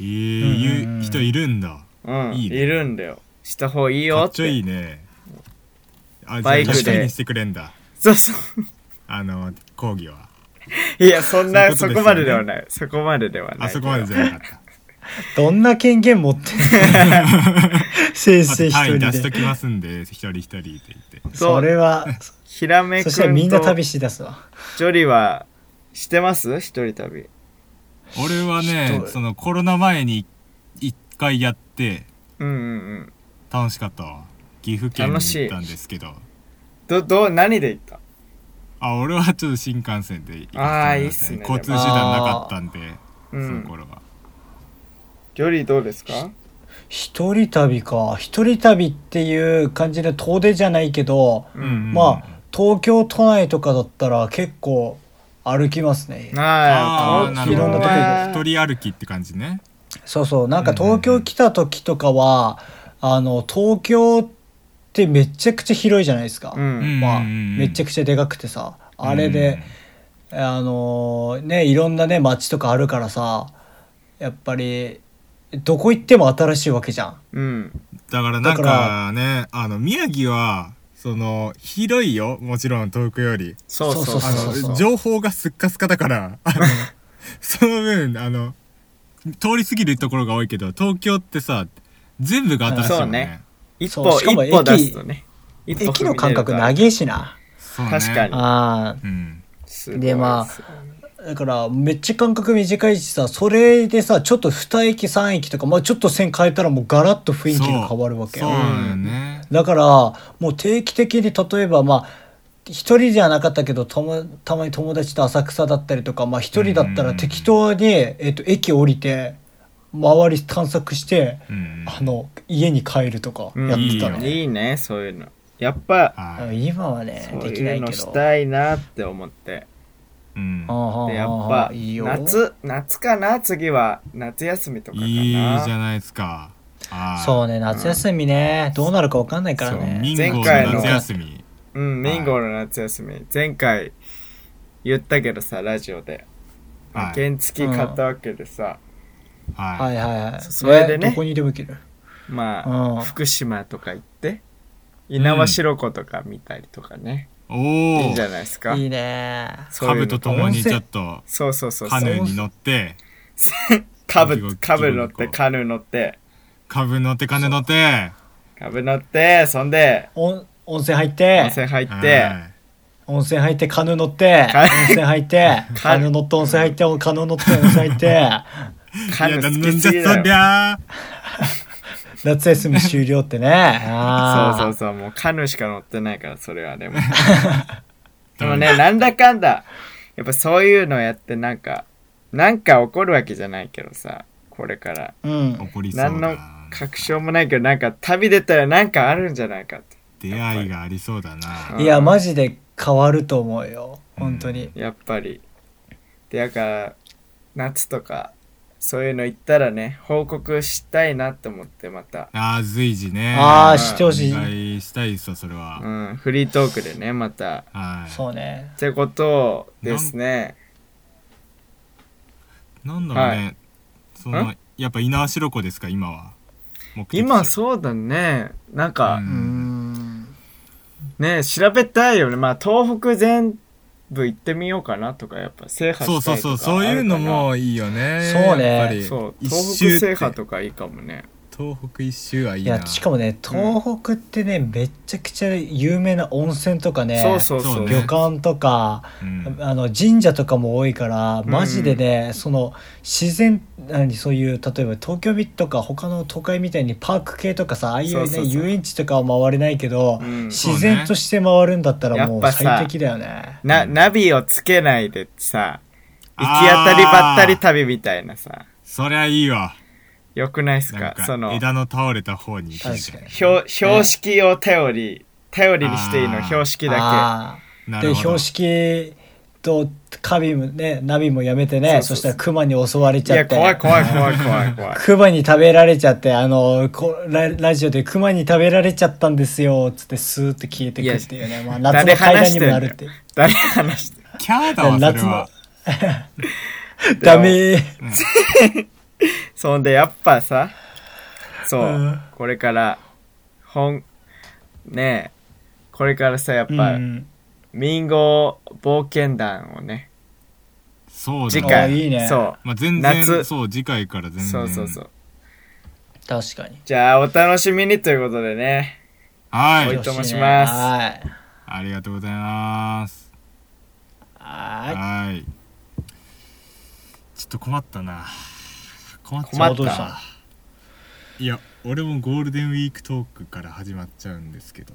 A: えー、
B: うんうんう
A: 言
B: ん
A: う人いるんだ。
C: うん。い
A: いいね
C: るんだよ。した方がいいよ
A: か
C: っ。
A: ってちょいいね。あ、じゃ
C: バ
A: あ
C: イクで
A: 一人にしてくれんだ。
C: そう そう。
A: あの、講義は。
C: いや、そんな、
A: そ
C: そう
A: いうことですよね
C: こまでではない。そこまでではない。
A: あそこまでじゃなか った。
B: どんな権限持ってん
A: あ
B: の先生
A: と
B: 一
A: 単位出しと
B: 人で
A: きますんで、一人一人って言って。
B: それは
C: ひらめく
B: そ
C: ん
B: したらみんな
C: と
B: 旅しだすわ
C: ジョリは、してます一人旅。
A: 俺はね
B: 人、
A: そのコロナ前に一回やって、
C: うんうんうん。
A: 楽しかったわ。岐阜県に行ったんですけど。
C: ど、どう、何で行った
A: あ、俺はちょっと新幹線で行かせてもら
C: あー
A: い
C: いい
A: ま
C: っ
A: し
C: す
A: たね
C: ね
A: 交通手段なかったんで、そうの
C: ん。
A: 頃は。
C: ジョリーどうですか
B: 一人旅か一人旅っていう感じで遠出じゃないけど
C: う
A: うんうん
B: まあ東京都内とかだったら結構歩きますね
C: あ
A: あー
C: あ、
A: な
C: 東
A: る
C: 京
A: ほど
C: は
A: ね。一人歩きって感じね。
B: そうそうなんか
A: うんうんうん
B: 東京来た時とかは、あの東京ってめちゃくちゃ広いじゃないですか、
C: うん。
B: まあ、
A: うんうんうん
B: めちゃくちゃでかくてさあれで、あのーねいろんなね街とかあるからさやっぱりどこ行っても新しいわけじゃん。
C: うん。
A: だからなん
B: だか
A: かねあの宮城はその広いよもちろん東京より
C: そうそうそう
A: あ
B: そ
A: の
B: うそう
A: 情報がすっかすかだからあ のその分あの通り過ぎるところが多いけど東京ってさ全部が新しいもんね,、
C: 一
B: そ
C: 歩、
B: うしかも
C: 一歩
B: 駅
C: 出すとね。一歩
B: 駅の間隔
C: な
B: 長
C: い
B: えしな。
A: そうね
C: 確かに
B: あー
A: うん
B: でまあだからめっちゃ間隔短いしさそれでさちょっと2駅3駅とか、まあ、ちょっと線変えたらもうガラッと雰囲気が変わるわけ
A: そうそうだよね、
B: だからもう定期的に例えばまあ一人じゃなかったけどともたまに友達と浅草だったりとかまあ一人だったら適当に、えっと、駅降りて周り探索して、
A: うん
B: あの家に帰るとかやってた
A: う
B: ね、
A: ん
C: いいね、そういうの。やっぱ、
A: はい
B: 今はね
C: そう
B: できないいう
C: の
B: けど
C: したいなって思って。
A: うん
B: ああ
C: で、やっ
B: あああ
C: ぱ
B: あいい、よ
C: 夏、夏かな、次は。夏休みとかかな。
A: いいじゃないですかはい
B: そうね夏休みね、どうなるか分かんないから
A: そう
B: ね
A: ミンゴ
C: 前
A: ー
C: 回
A: の
C: の
A: 夏休み
C: うん、
A: はい
C: ミンゴーの夏休み。前回言ったけどさ、ラジオで。
A: はい
C: 原付買ったわけでさ、
A: は
B: はいいはいはい
C: そそれでね
B: どこにでも行ける
C: ま
B: うん
C: あ、福島とか行って、猪苗代湖とか見たりとかね。いい
A: お
C: ん
A: お
C: じゃないですか。
B: いいね
C: そう
A: カ
C: い
A: ブ
C: うの
A: と共にちょっと
C: そうそうそうそ
A: カヌー
C: う。
A: に乗って
C: カ
A: ゴキゴ
C: ブ、
A: キ
C: カブ乗っ
A: ゴキ
C: て、
A: ゴキ
C: カヌー乗って、
A: カブ乗ってカヌー乗って
C: カブ乗って、そんで、
B: 温温泉入って
C: 温泉入っ
A: は
C: て、
A: い
B: 温泉入ってカヌー乗って
C: カ
B: 温泉 入ってカヌー乗って温泉入ってカヌー乗って温泉入って
C: カ
A: い
C: ヌ
A: や
C: ー
A: な
C: 好
A: ん
C: き
A: じ
C: すぎ
A: ゃそ
C: だ
A: り
C: よ。
A: ゃ
B: 夏休み終了ってねあ
C: そう
B: あ
C: そうそう、もうカヌーしか乗ってないから、それは でも。でも
A: ダメ
C: ね、なんだかんだ、やっぱそういうのやって、なんか、なんか起こるわけじゃないけどさ、これから。
B: うん
A: 怒りそうだ
C: 何の
A: な
C: 確証もないけど、なんか旅出たらなんかあるんじゃないかって。
A: 出会いがありそうだな
B: いうや
C: ん
B: マジで変わると思うよ本当に、
C: やっぱり。で、だから、夏とか、そういうの行ったらね、報告したいなと思って、また。
A: あー随時ね
B: ああ
C: ー
B: 知ってほしい
A: お願いしたいっすわそれは、
C: うん、フリートークでね、また。
A: はい
B: そうね
C: ってことですね。
A: なんだろうね、
C: は
A: そのやっぱ猪苗代湖ですか今は目的地
C: 今そうだね。なんか
A: う
B: うんん
C: ね、調べたいよね。まあ東北全部行ってみようかなとか、やっぱ制覇したい
A: そ
C: と
A: う
C: か
A: そうそうそういうのもいいよね
B: そうね
A: やっぱり
C: そう、
A: 一周
C: 東北
A: って
C: 制覇とかいいかもね。
A: 東北一周はいい
B: い
A: な
B: やしかもね東北ってね、めっちゃくちゃ有名な温泉とかね
C: そうそうそ
A: そう
C: う。
A: ね
B: 旅館とか、
A: うん
B: あの神社とかも多いからマジでね、その自然何そういう例えば東京とか他の都会みたいにパーク系とかさああいう,、ね、
C: そうそうそう
B: 遊園地とかは回れないけど、
C: うん
B: 自然として回るんだったらも
C: やっ
B: う
C: ぱさ
B: 最適だよね。
C: な、
A: うん
C: ナビをつけないでさ、行
A: あ
C: き
A: ー
C: 当たりばったり旅みたいなさ、
A: そりゃいいわ
C: よくないっす
A: なん
C: か
A: か
C: その、
A: 枝の倒れた方に行くみたい
B: 確かに
C: 標標識を頼り、頼りにしていい
A: あー
C: の、標識だ
B: あ
A: な
B: ー
A: るほ
B: で
A: ど
B: 標識とカビもねナビもやめてねそ
C: そうそうそう
B: したらクマに襲われ
C: け。
B: ち
C: い
B: ゃ
C: や、
B: って
C: 怖い怖い怖い 怖い怖い。
B: クマに食べられちゃってあのこララジオでクマに食べられちゃったんですよつってスーッて消えてくっていうね、まあ、夏の階段にもなるっていう
C: 誰話して
A: キャーだわそれ
B: 夏の
A: は
C: んだよ
B: ダメー
C: そんで、やっぱさ、そう、
B: うん
C: これから、本、ねえ、これからさ、やっ
B: う
C: ぱ、
B: ん
C: 民謡冒険団をね、
A: そうだ
C: 次
A: わ
B: あ
C: 回、
B: いいね
C: そ
A: まあ、全然
C: 夏
A: そう次回から
C: う、
A: 全然
C: そうそうそう。
B: 確かに
C: じゃあ、お楽しみにということでね。
A: は
C: お
A: い
C: いともします
B: はい
A: ありがとうございます
B: は
A: はいちょっと困ったな困っち
C: 困
A: ゃ
C: っ
A: う
C: た
B: どうした
A: いや俺もゴールデンウィークトークから始まっちゃうんですけど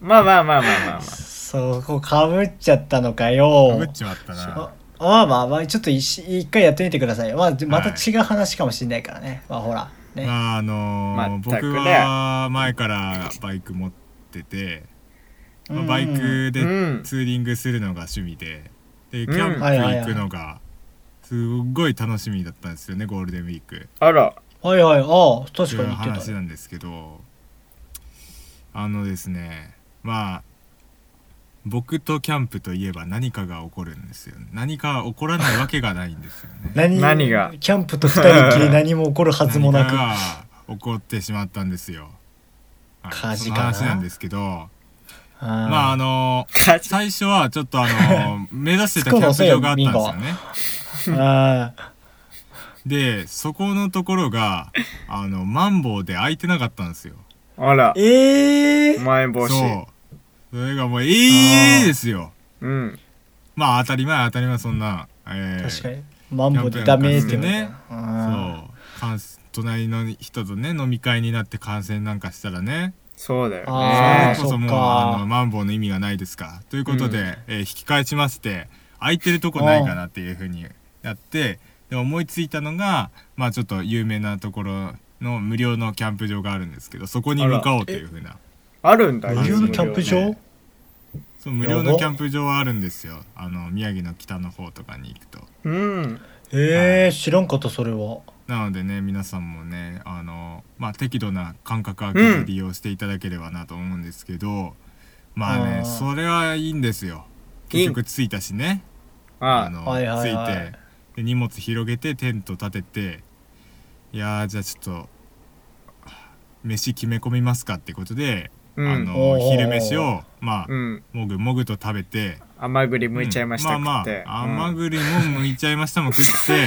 C: まあまあまあまあまあまあ。
B: そこかぶっちゃったのかよ
A: かぶっちまったな
B: あまあまあまあちょっと一一回やってみてくださいよ、まあ、また違う話かもしれないからね、まあほらね、
A: まああのー
C: まったく
A: 僕
C: ね
A: は前からバイク持ってて、まあ
B: うん
A: バイクで
C: うん
A: ツーリングするのが趣味でで
C: ん
A: キャンプ行くのがすっごい楽しみだったんですよねゴールデンウィーク。
C: あら、
B: はいはいああ
A: って
B: 確
A: い
B: か
A: う
B: に言って
A: 話
B: た
A: なんですけどあのですねまあ僕とキャンプといえば何かが起こるんですよね何か起こらないわけがないんですよね。
B: 何
C: 何が
B: キャンプと二 人きり何も起こるはずもなく
A: 何かが起こってしまったんですよ。はい
B: 火事
A: その
B: かな
A: 話なんですけど、ま
B: ま
A: ああの
C: 火事
A: 最初はちょっとあ の目指してたキャンプ場があったんですよね。
B: あ
A: でそこのところが あのマンボウで空いてなかったんですよ。
C: あら
B: ー、ええー、
C: まん延防止。
A: そう。それがもうええーですよ。
C: うん。
A: まあ当たり前当たり前そんな。えー
B: 確かにマンボウでダメーって
A: ね
B: う
A: そ
B: ん
A: う感。隣の人とね飲み会になって感染なんかしたらね
C: そうだよ
B: あー
C: ね
A: それこそもう
B: そっか
A: あのマンボウの意味がないですかということで、えー引き返しまして空いてるとこないかなっていうふうになってで思いついたのがまあちょっと有名なところの無料のキャンプ場があるんですけどそこに向かおうというふうな
C: あるんだ
B: 無料のキャンプ場
A: そう無料のキャンプ場はあるんですよあの宮城の北の方とかに行くと
C: うん
B: えー、知らんかったそれは
A: なのでね皆さんもねあの、まあ、適度な間隔空けて利用していただければなと思うんですけど、まあね
B: あー
A: それはいいんですよ結局着いたしねあ
C: あ
A: の、
B: はいはいは
A: 着
B: い
A: いてで荷物広げてテント立てていやーじゃあちょっと飯決め込みますかってことで、
C: うん
A: あ
B: お
A: の
B: ー
A: 昼飯をまあ、
C: うん
A: もぐもぐと食べて
C: 甘栗剥いちゃいました
A: うん
C: 食
A: まあ
C: って
A: まあ甘
C: うん
A: 栗も剥いちゃいましたも食って、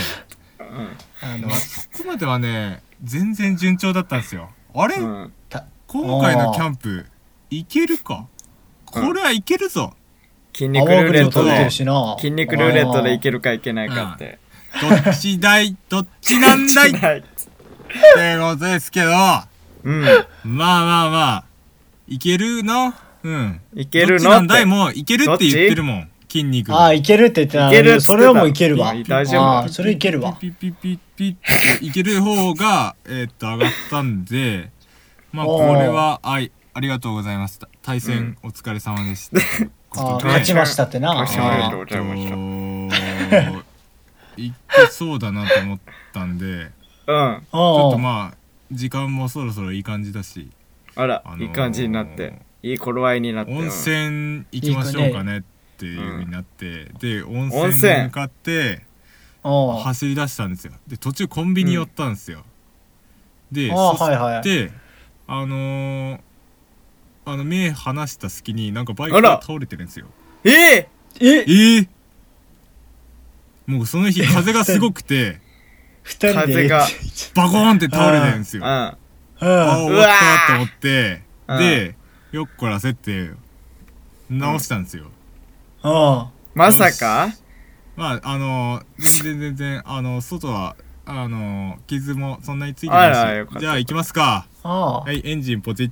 B: あの
A: まあ、ここまではね全然順調だったんですよあれ、
C: うん
B: た
A: 今回のキャンプいけるかこれはいけるぞ、
C: 筋
B: ア
C: 肉
B: ワ
C: ルーレ
B: ー
C: ッ
B: を食
C: ト
B: べて
C: で
B: るしな
C: 筋肉ルーレットでいけ
B: る
C: るかいけないかって
A: どっちだ いどっちなんだいって
C: はい
A: ことですけど
C: うん
A: まあまあまあ、いけるのうん。
C: いける
A: どっちな
C: の
A: んだいもう、いけるって言ってるもん。筋肉
B: あ
A: が。
B: あいけるって言ってた
C: いけるっつってた
B: それはもういけるわ
C: いや大丈夫
B: あーそれいけるわ
A: ピピピピピピいける方が、えーっと、上がったんで、まあ、
B: おー
A: これは、はい、ありがとうございました。対戦、お疲れ様でした。
B: あー
A: ことで
B: 勝ちましたってな
C: 勝ちました
B: あー
C: ございました
A: えーっといけそうだなと思ったんで、
C: うん
A: ちょっと
B: あ
A: まあ、時間もそろそろいい感じだし、
C: あら
A: あのー
C: いい感じになっていい頃合いになって
A: 温泉行きましょうかねっていう風になって、で温
C: 温
A: 泉
C: 泉
A: に向かって
B: ーあー
A: 走り出したんですよで途中コンビニ寄ったんですよ、で
B: あ
A: そ
B: ーはいはい
A: してあのーあの目離した隙になんかバイ
C: あ
A: ク
C: ら
A: が倒れてるんですよ
C: ええ
B: え
A: えー、もうその日風がすごく て
B: 二人で
C: 風が
A: バコーンって倒れてるんです
C: う
A: よあ
C: ん
A: あー
B: うん
A: 終わったと思って
C: うわー
A: でよっこらせって直したんですよ、
B: うん
C: まさか
A: まああの全然全然あの外はあの傷もそんなについて
C: あら
A: な
C: よ
A: い
C: かった
A: しじゃあ行きますか
B: あ
A: はいエンジンポチ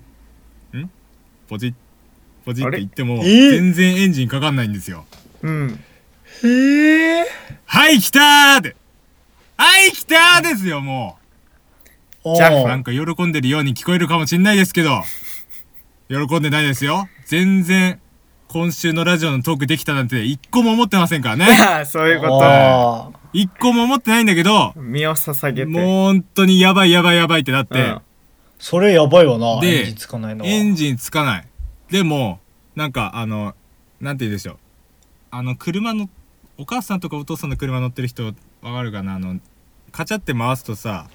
A: ッんポチッポチッ
C: あ
A: って
C: れ
A: 言っても
B: えー
A: 全然エンジンかかんないんですよ
C: うん
B: あへえ
A: はい来たーではい来たーですよも
B: じ
C: じゃあ
A: うなんか喜んでるように聞こえるかもしんないですけど喜んでないですよ全然今週のラジオのトークできたなんて一個も思ってませんから ね
C: そういうこ
B: あー
A: 一個も思ってないんだけど
C: と身を捧げて
A: もう本当にやばいやばいやばいってなって、
C: うん
B: それやばいわな
A: で
B: エンジンつかないのは
A: エンジンつかない。でも、なんか、あの、なんて言うでしょう。あの、車の、お母さんとかお父さんの車乗ってる人、わかるかなあの、カチャって回すとさ、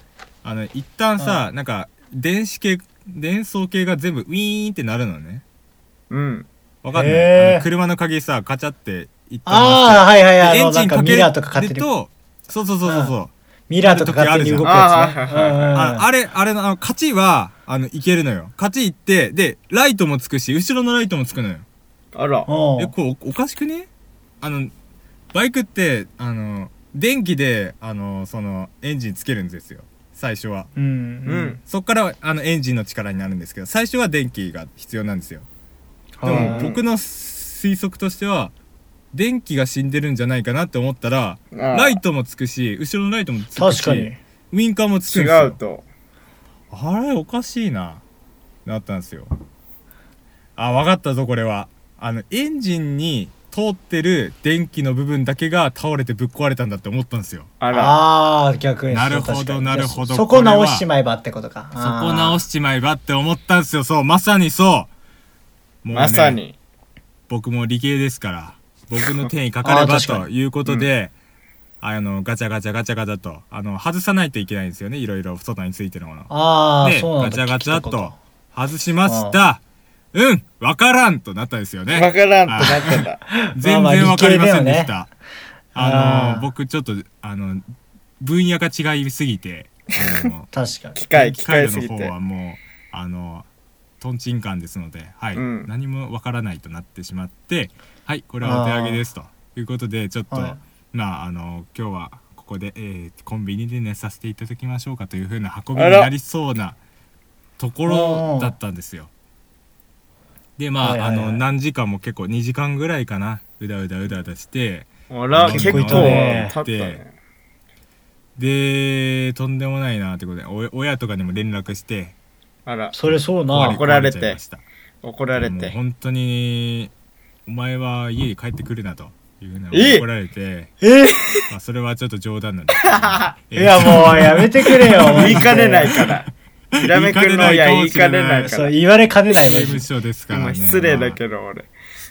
A: あの、一旦さ、なんか、電子系、電装系が全部ウィーンってなるのね。
C: うん
A: わかんな
B: へー
A: いあの車の鍵さ、カチャって一旦
B: ああはいはいは
A: 回すとで
B: いあ
A: エ
B: の
A: ンジ
B: なん
A: ン
B: か
A: か
B: ミ
A: け
B: ラーとか勝手
A: る
B: に
A: と、そうそうそうそうそう。
B: ミラーとか勝手に動くやつね
C: あーはいはい
A: あ
B: うん
A: あれ、あれの、あの、勝ちは、あの、いけるのよ。勝ち行って、で、ライトもつくし、後ろのライトもつくのよ。
C: あら
B: うん
A: え、こう、おおかしくねあの、バイクって、あの、電気で、あの、その、エンジンつけるんですよ。最初は。
B: うん
C: う
B: うん
C: ん
A: そっから、あの、エンジンの力になるんですけど、最初は電気が必要なんですよ。で
B: う
A: も、
B: ん
A: 僕の推測としては、電気が死んでるんじゃないかなって思ったら、ラ
C: ラ
A: イトもつくし、後ろのライトもつくし、
B: 確かに。
A: ウィンカーもつくんですよ。
C: 違うと
A: あれおかしいななったんですよあ分かったぞこれはあのエンジンに通ってる電気の部分だけが倒れてぶっ壊れたんだって思ったんですよ
C: あら
B: ああ逆にそう
A: なるほど
B: 確かに
A: なるほど
B: そこ直しちまえばってことか
A: そこ直
B: し
A: しちまえばって思ったんですよそうまさにそうもうね
C: まさに
A: 僕も理系ですから僕の手にかかれ
B: あ
A: ば
B: ー確か
A: ということで、あのガチャガチャガチャガチャとあの外さないといけないんですよねいろいろ外についてるもの
B: ああ
A: で
B: そうな
A: ガ
B: んだ
A: チャガチャ
B: 聞いた
A: っ
B: こと
A: 外しましたうんわからんとなったんですよね
C: わからんってなってた
A: 全然わかりませんでし
B: ま
A: た。
B: あ
A: あ
B: あー、
A: の、僕ちょっと、あの、分野が違いすぎて、あの
B: 確かに
C: 機械機
A: 回
C: 械
A: 路
C: すぎ
A: の方
C: て
A: はもう、あの、とんちんカンですので、はい、
C: うん
A: 何もわからないとなってしまって、はい、これはお手上げですということで、ちょっと、
B: はい
A: まあ、あの、今日はここで、えーコンビニでね、させていただきましょうかというふうな運び
C: あ
A: に
C: ら
A: なりそうなところだったんですよ。でまあ,、
B: はいはいはい
A: あの何時間も結構2時間ぐらいかなうだうだうだうだして
C: あら、
A: 結
C: 結
A: 構
C: 構
A: い
C: 経っ
A: ね
C: たたね。
A: でとんでもないなってことでお親とかにも連絡して
C: あら、
B: それそう
A: 壊
B: な
A: れ
C: 怒られて
A: 壊ちゃいました
C: 怒られ
A: もう
C: て。
A: 本当にお前は家に帰ってくるなというふうな
C: え
A: 怒られて、
B: え
A: まあ、それはちょっと冗談なん ですけ
B: い
A: ど
B: やもうやめてくれ よ
C: 言いかねない
B: マジ
C: から。ひらめくんの親言いかねない
B: で
C: か
B: そう
C: ら。
B: 言われか ねない
A: 刑務
B: マジ
A: 所です から
C: 今
A: ね
C: 失礼だ
A: ど、
C: けど俺。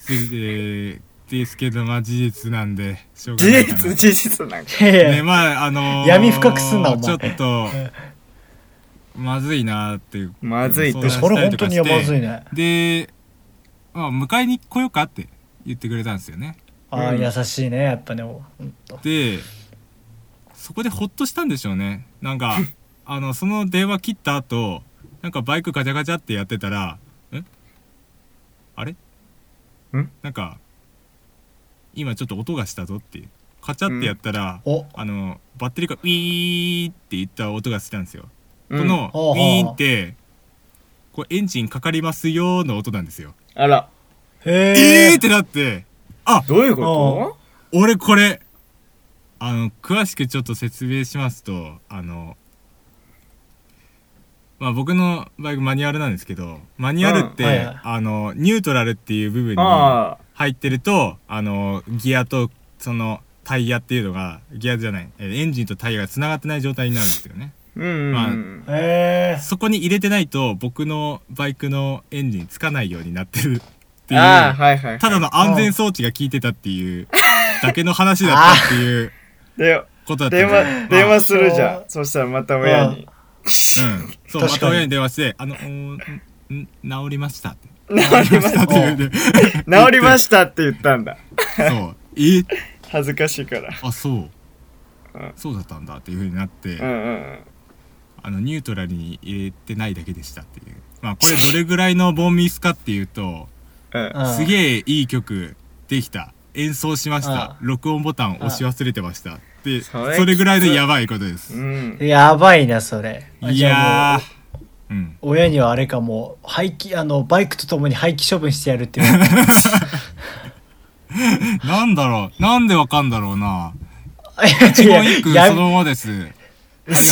A: ででですけどまあ事実なんでしょうが
C: 事
A: ないかな
C: 実、事実なんか。
B: いやいや
A: ねまああのー
B: 闇深くすんなお前
A: ちょっとまずいなっていう
C: まずいっ
A: 相
C: て
A: 談し
B: それ
A: たり
B: 本
A: と
B: 当
A: か
B: に
A: して
B: やばずいね
A: で、まあ、迎えに来ようかって言ってくれたんですよね
B: ああ
C: うん
B: 優しいねやっぱねうんと
A: でそこでホッとしたんでしょうねなん かあのその電話切った後なんかバイクガチャガチャってやってたら「んあれ
C: ん
A: なんか今ちょっと音がしたぞ」っていうカチャってやったら、
B: お
A: あのバッテリーがウィーっていった音がしたんですよ、
C: う
A: こ
C: ん。
A: の
B: ほうほう
A: ウィーンってこうエンジンかかりますよーの音なんですよ
C: あら、
B: へ
A: えーっ
B: え
A: てなってあ
C: どういうこ
A: 俺これあの詳しくちょっと説明しますとあのまあ僕のバイクマニュアルなんですけどマニュアルって、
B: うんはいはい
A: あのニュートラルっていう部分に
C: とああ、
A: 入ってるとあのギアとそのタイヤっていうのがギアじゃないえエンジンとタイヤが繋がってない状態になるんですよね
C: うんうんうん。
B: へえ
A: そこに入れてないと僕のバイクのエンジンつかないようになってるっていう
C: ああ、はいはいはい。
A: ただの安全装置が効いてたっていうだけの話だったっていう
C: で、
A: ことだった
C: 電
A: んで
C: 話、電話するじ
B: あ
C: ゃん。そしたらまた親に。
A: うんそうま
B: 確か
A: た
B: に
A: 親に電話して「あのうーんん治りました」って
C: 治りま
A: 「治りました」っ
C: し
A: て言うんで
C: た。 治りましたって言ったんだ。
A: そう「え
C: 恥ずかしいから。
A: あそう
C: うん
A: そうだったんだ」っていうふうになって、
C: うんうん
A: あのニュートラルに入れてないだけでしたっていうまあこれどれぐらいのボンミスかっていうと
C: うん。うん。
A: すげ
B: え
A: えいい曲できた演奏しました録音ボタン押し忘れてましたで
C: それ
A: それぐらいでやばいことです
C: うん。
B: やばいなそれあ
A: い
B: じゃあ
A: や
B: もう
A: ーうん
B: 親にはあれかもう廃棄あのバイクとともに廃棄処分してやるっ ていう
A: なんだろうなんでわかんだろうな一
B: いや
A: 言一句
B: や
A: そのままです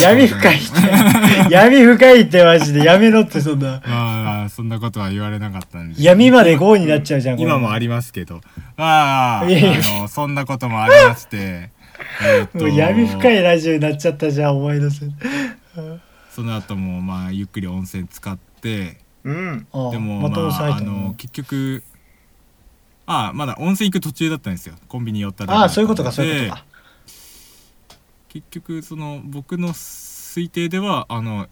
B: 闇深いっ て闇深いってマジでやめろってそんな
A: まあそんなことは言われなかったんで
B: 闇まで豪になっちゃうじゃんこれ
A: 今もありますけどまああ
B: いやいや
A: のそんなこともありましてえーっ
B: も
A: と
B: う闇深いラジオになっちゃったじゃん思い出す
A: その後もまあゆっくり温泉使って
C: うん。
B: ああ
A: でも
B: また
A: ま
B: 押さ
A: あ
B: え
A: あ
B: てる
A: の結局ああまだ温泉行く途中だったんですよコンビニ寄っただけ
B: あ
A: だ
B: あ
A: った
B: そういうことか
A: の
B: そう
A: で
B: いうことか
A: 結局その僕の推定ではあの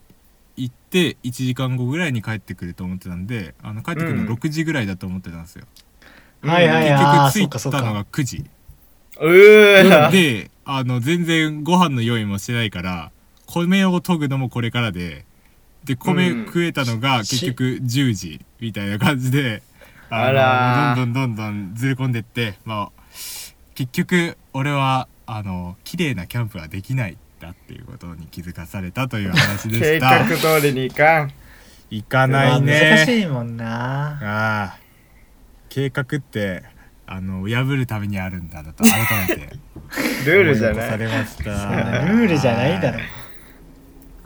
A: 行って1時間後ぐらいに帰ってくると思ってたんであの帰ってくる
C: うん
A: の6時ぐらいだと思ってたんですよ、
B: はいはいああ
A: 結
B: そうか
A: 局着
B: そ
A: いうたのが
B: か
A: 9時
C: うー
A: で あの全然ご飯の用意もしてないから米を研ぐのもこれからでで米
C: うん
A: 食えたのが結局10時みたいな感じでの
C: あらー
A: どんどんどんどんずれ込んでってまあ結局俺はあの綺麗なキャンプはできないんだっていうことに気づかされたという話で
C: 計
A: し
C: 画
A: た
C: 通りにいかん。
A: 行かな
B: まあ
A: い
B: 難
A: ね
B: しいもんな
A: ああ計画ってあの破るためにあるんだなと改めて
C: ルールじゃな
A: 思い起
C: い。
A: こされました
B: ルールじゃないだろ
A: は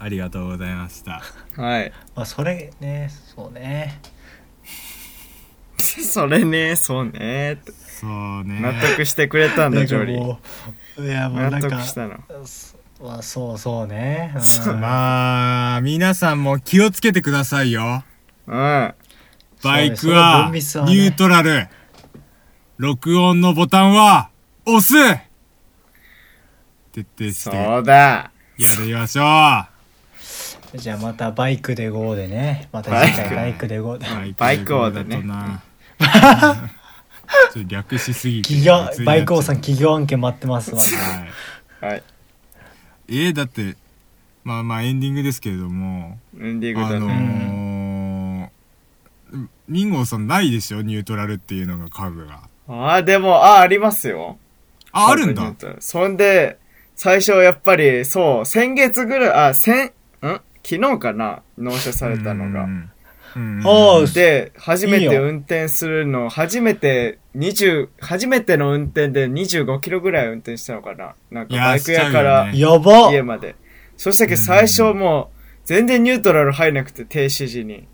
A: ありがとうございました
C: はい。
B: まあそれねそうね
C: それね、そうね。って
A: そうね
C: 納得してくれたんだ、ジョリー。
B: ういやもうな
C: 納
B: んか
C: 得したの。
B: まあそうそうねうん
A: まあ皆さんも気をつけてくださいよ
C: うん。
A: バイクは
B: そう
A: ニ
B: ねその分
A: ュートラル録音のボタンは押す徹底して
C: そうだ。
A: やりましょうバ
B: じゃあまたバイクで GO でねまた次回バイクで GO で
C: バイク王だ
A: バイ
C: ね
A: ク王 なちょっと略しすぎて
B: 企業
A: 別になっちゃう
B: バイク王さん企業案件待ってますわ
A: はい
C: はい。
A: えーだってまあまあエンディングですけれども
C: エンディング
A: あ
C: だ
A: の
C: ね。
A: ーうんミンゴーさんないでしょニュートラルっていうのが家具が
C: ああ、でも、ああ、ありますよ。
A: ああるんだ
C: そうそうそうそんで、最初やっぱり、そう、先月ぐらい、あ、先、ん昨日かな納車されたの
A: う
C: が。
A: んうん
B: ああ
C: で、初め
B: いい
C: て
B: よ
C: 運転するの、初めて20、初めての運転で25キロぐらい運転したのかな。なんか
A: いや
C: バイク屋か
A: しちゃうよ
C: ら
A: ね
B: やば
C: 家まで。そしたけど最初もう全然ニュートラル入らなくて停止時に。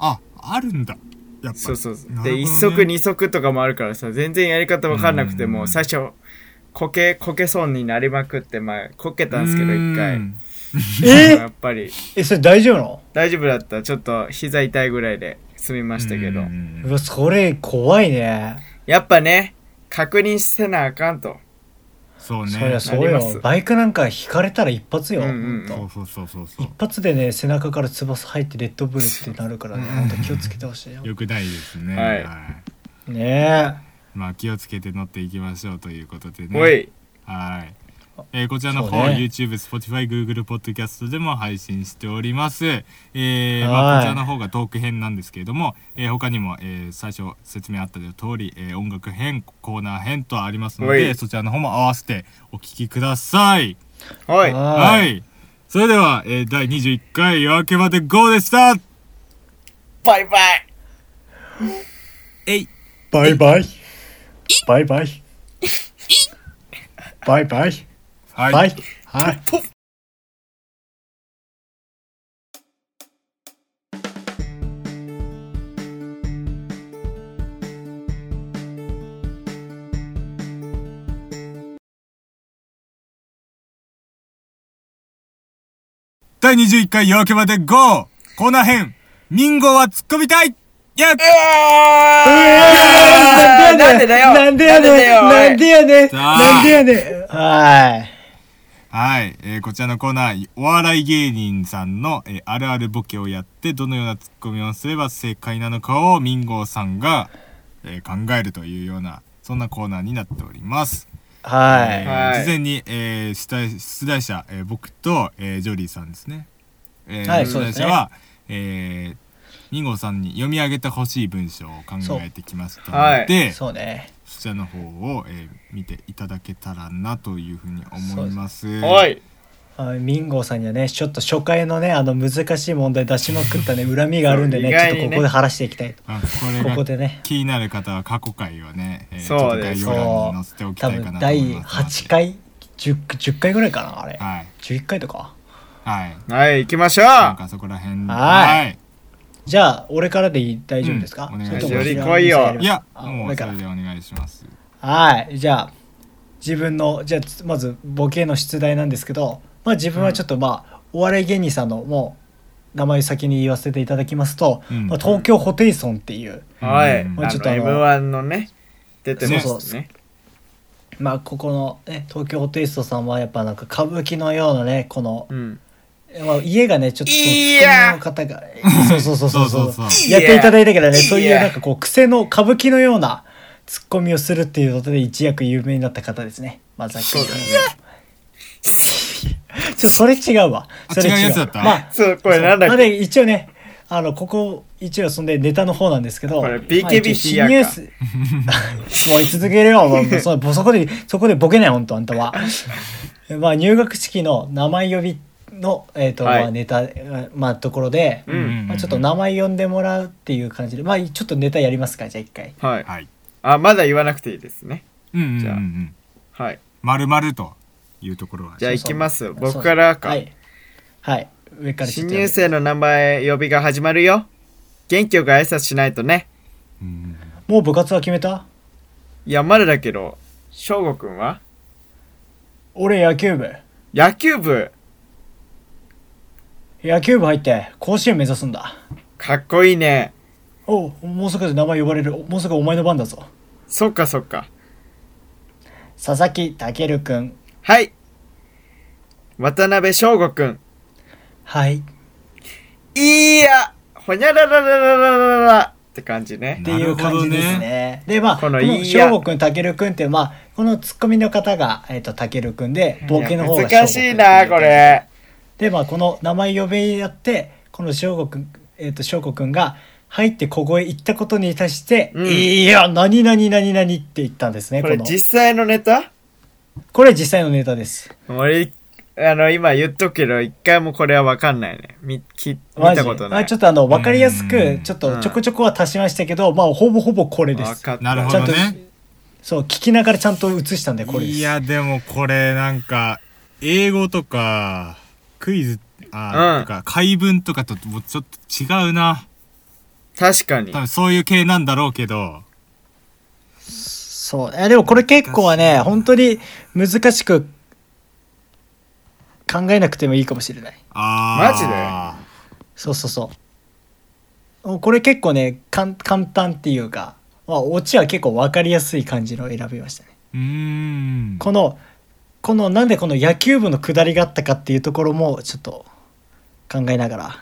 A: ああるんだやっぱ
C: そうそうそう
A: なるほど
C: で、
A: ね
C: 一足二足とかもあるからさ、全然やり方わかんなくて、
A: うん
C: もう最初、こけ、こけそうになりまくって、まあ、こけたんですけど、一
A: う
C: 回。
A: ん
B: え
C: やっぱり、
B: えそれ大丈夫なの
C: 大丈夫だった。ちょっと膝痛いぐらいで済みましたけど
A: う。ん
B: うわそれ怖いね
C: やっぱね、確認せなあかんと。
A: そうね
B: そりゃそう
C: なります
B: よバイクなんか引かれたら一発よ、
C: うんうんうん
B: ほんと
A: そうそうそうそうそう
B: 一発でね背中から翼入ってレッドブルってなるからね本当気をつけてほしいよ
A: よくないですね
C: はい
B: ね
A: まあ気をつけて乗っていきましょうということでね
C: おい、
A: はい、えーこちらの
B: そ
A: 方、
B: うね
A: YouTube、Spotify、Google ポッドキャストでも配信しております。えー
B: はい
A: まあ、こちらの方がトーク編なんですけれども、えー他にも、えー最初説明あった通り、えー音楽編、コーナー編とありますの
C: は
A: で、
C: い
A: そちらの方も合わせてお聞きください。
B: え
C: おい、
A: はい。
B: い
A: それでは、えー第21回夜明けまで GO でした
C: バイバイ
A: えい
B: バイバイバイバイバイバイ
A: は
B: はいはい
A: 第21回夜明けまで GO! コーナー編、ミンゴは突っ込みたいやっ
B: なんでなんでやねん
C: な
B: なんん
C: で
B: でやねん
A: さあ
B: なんでやねんはい
A: はい、えーこちらのコーナーお笑い芸人さんの、えーあるあるボケをやってどのようなツッコミをすれば正解なのかをミンゴさんが、えー考えるというようなそんなコーナーになっております、え
B: は
A: ー
C: はい
A: 事前に、えー出題出題者、えー僕と、えージョリーさんですね、えー
B: はい
A: 出
B: そう
A: 題
B: です
A: 者
B: ね
A: は、えーミンゴさんに読み上げてほしい文章を考えてきましたの
B: い
A: でそ
B: そうね
A: ちらの方を、えー見ていただけたらなというふうに思います
C: おい
B: あミンゴーさんにはねちょっと初回のねあの難しい問題出しまくったね恨みがあるんで
C: 意
B: ねちょっ
C: 外
B: と
C: にね
B: ここで晴らしていきたいと
A: あこれ
B: こ
A: が
B: こでね
A: 気になる方は過去回をね、えー、
C: そうです
A: ちょっと概要欄
B: そ
A: に載せてお
B: う
A: きた
B: 多
A: いか
B: 分
A: なと思い
B: 第
A: ます
B: 8回 10, 10回ぐらいかなあれ
A: はい
B: 11回とか
A: はい
C: はい、行きましょ
A: なん
C: う
A: かそこら辺
B: はい
A: い
B: じゃあ俺からでいい大丈夫ですか、
A: うんお願い
B: それとも
C: より
B: 平
C: 来いよ
B: さん
A: いや
B: あ
A: もう
B: 俺
A: そ
B: から
A: れでお願いします
B: はいじゃあ自分のじゃあつまずボケの出題なんですけどまあ自分はちょっとまあ、お笑い芸人さんのもう名前先に言わせていただきますと、
A: うん
B: まあ、東京ホテイソンっていう
C: はい、あ
A: うん
C: の
B: もうちょっとあの
C: M1 のね、出てま
B: そう
C: す
B: そう
C: ね。
B: まあここの、ね、東京ホテイソンさんはやっぱなんか歌舞伎のようなねこの、
C: うん。
B: まあ、家がねちょっとその
C: いや
B: の方がそうそうそうそうそう
A: そうそう
C: そう
B: やっていただいたけどね
C: いや
B: そういうなんかこう癖の歌舞伎のようなツッコミをするっていうことで一躍有名になった方ですねまずは
C: そうだね
B: ちょそれ違うわ
A: あ
B: それ
A: 違うやつだった
B: まあ
C: そう、これなんだ
B: ま
C: っ
B: あ
C: け
B: で一応ねあのここ一応そんでネタの方なんですけど
C: これ
B: まあ
C: BKB
B: 一応新ニュース もう続けるよもうもうそそこでそこでボケない本当あんたはまあ入学式の名前呼びの、えーと
C: はい
B: まあ、ネタ、まあ、ところで、
C: うん
B: まあ、ちょっと名前呼んでもらうっていう感じでまあちょっとネタやりますかじゃあ一回
C: はい。
A: はい
C: あ、まだ言わなくていいですね。
A: うんうんうん
C: じ
A: う
C: ゃあ
A: ん
C: はい。
A: まるまるというところは
C: じゃあ
B: そう
C: 行きます。
B: そう
C: 僕からか
B: は。い、はい、上からち
C: 新
B: ょっと
C: 入生の名前呼びが始まるよ。元気よく挨拶しないとね。
A: うん
B: もう部活は決めた
C: いや、まだだけど、翔吾くんは
B: 俺野球部
C: 野球部、
B: 野球部入って甲子園目指すんだ
C: かっこいいね。
B: おうもうすぐ名前呼ばれるもうすぐお前の番だぞ
C: そっかそっか。
B: 佐々木健くん
C: はい。渡辺翔吾くん。
B: はいっ
C: いや、ほにゃらららららららって感じね。
B: ていう感じです
A: なる
B: ね
A: ほど
B: でまあ
C: こ
B: こ
C: の
B: の
C: いいや
B: 翔吾くん健くんってまあこのツッコミの方が、えっと健くんでボケの方が
C: いや難しいな、これ。
B: でまあこの名前呼び合ってこの翔吾くんえっ、と翔吾くんが入って小声言ったことに対して「
C: うん
B: いや何何何何」って言ったんですね
C: こ
B: こ
C: れ
B: の
C: 実際のネタ
B: これ実際のネタです
C: 俺、あの、今言っとくけど、一回もこれはわかんないね。み、き、見
B: マジ
C: たことない。
B: あちょっとあの、わかりやす
A: う
B: く
A: ん、
B: ちょっとちょこちょこは足しましたけど、まあ、ほぼほぼこれで
C: わ
B: す。
C: かった。
A: なるほ
B: ちゃ
A: ど
B: んと
A: ね
B: そう、聞きながらちゃんと映したんで、これです。
A: いやでもこれなんか英語とかクイズ
C: う
A: あ
C: ん
A: とか解文とかともうちょっと違うな
C: 確かに
A: 多。分そういう系なんだろうけど
B: そう。えでもこれ結構はね、本当に難しく考えなくてもいいかもしれない。
A: あ
B: そうそうそう。これ結構ね、かん簡単っていうか、まあ、オチは結構わかりやすい感じのを選びましたね。
A: マジでうーん
B: この、この、なんでこの野球部の下りがあったかっていうところも、ちょっと考えながら。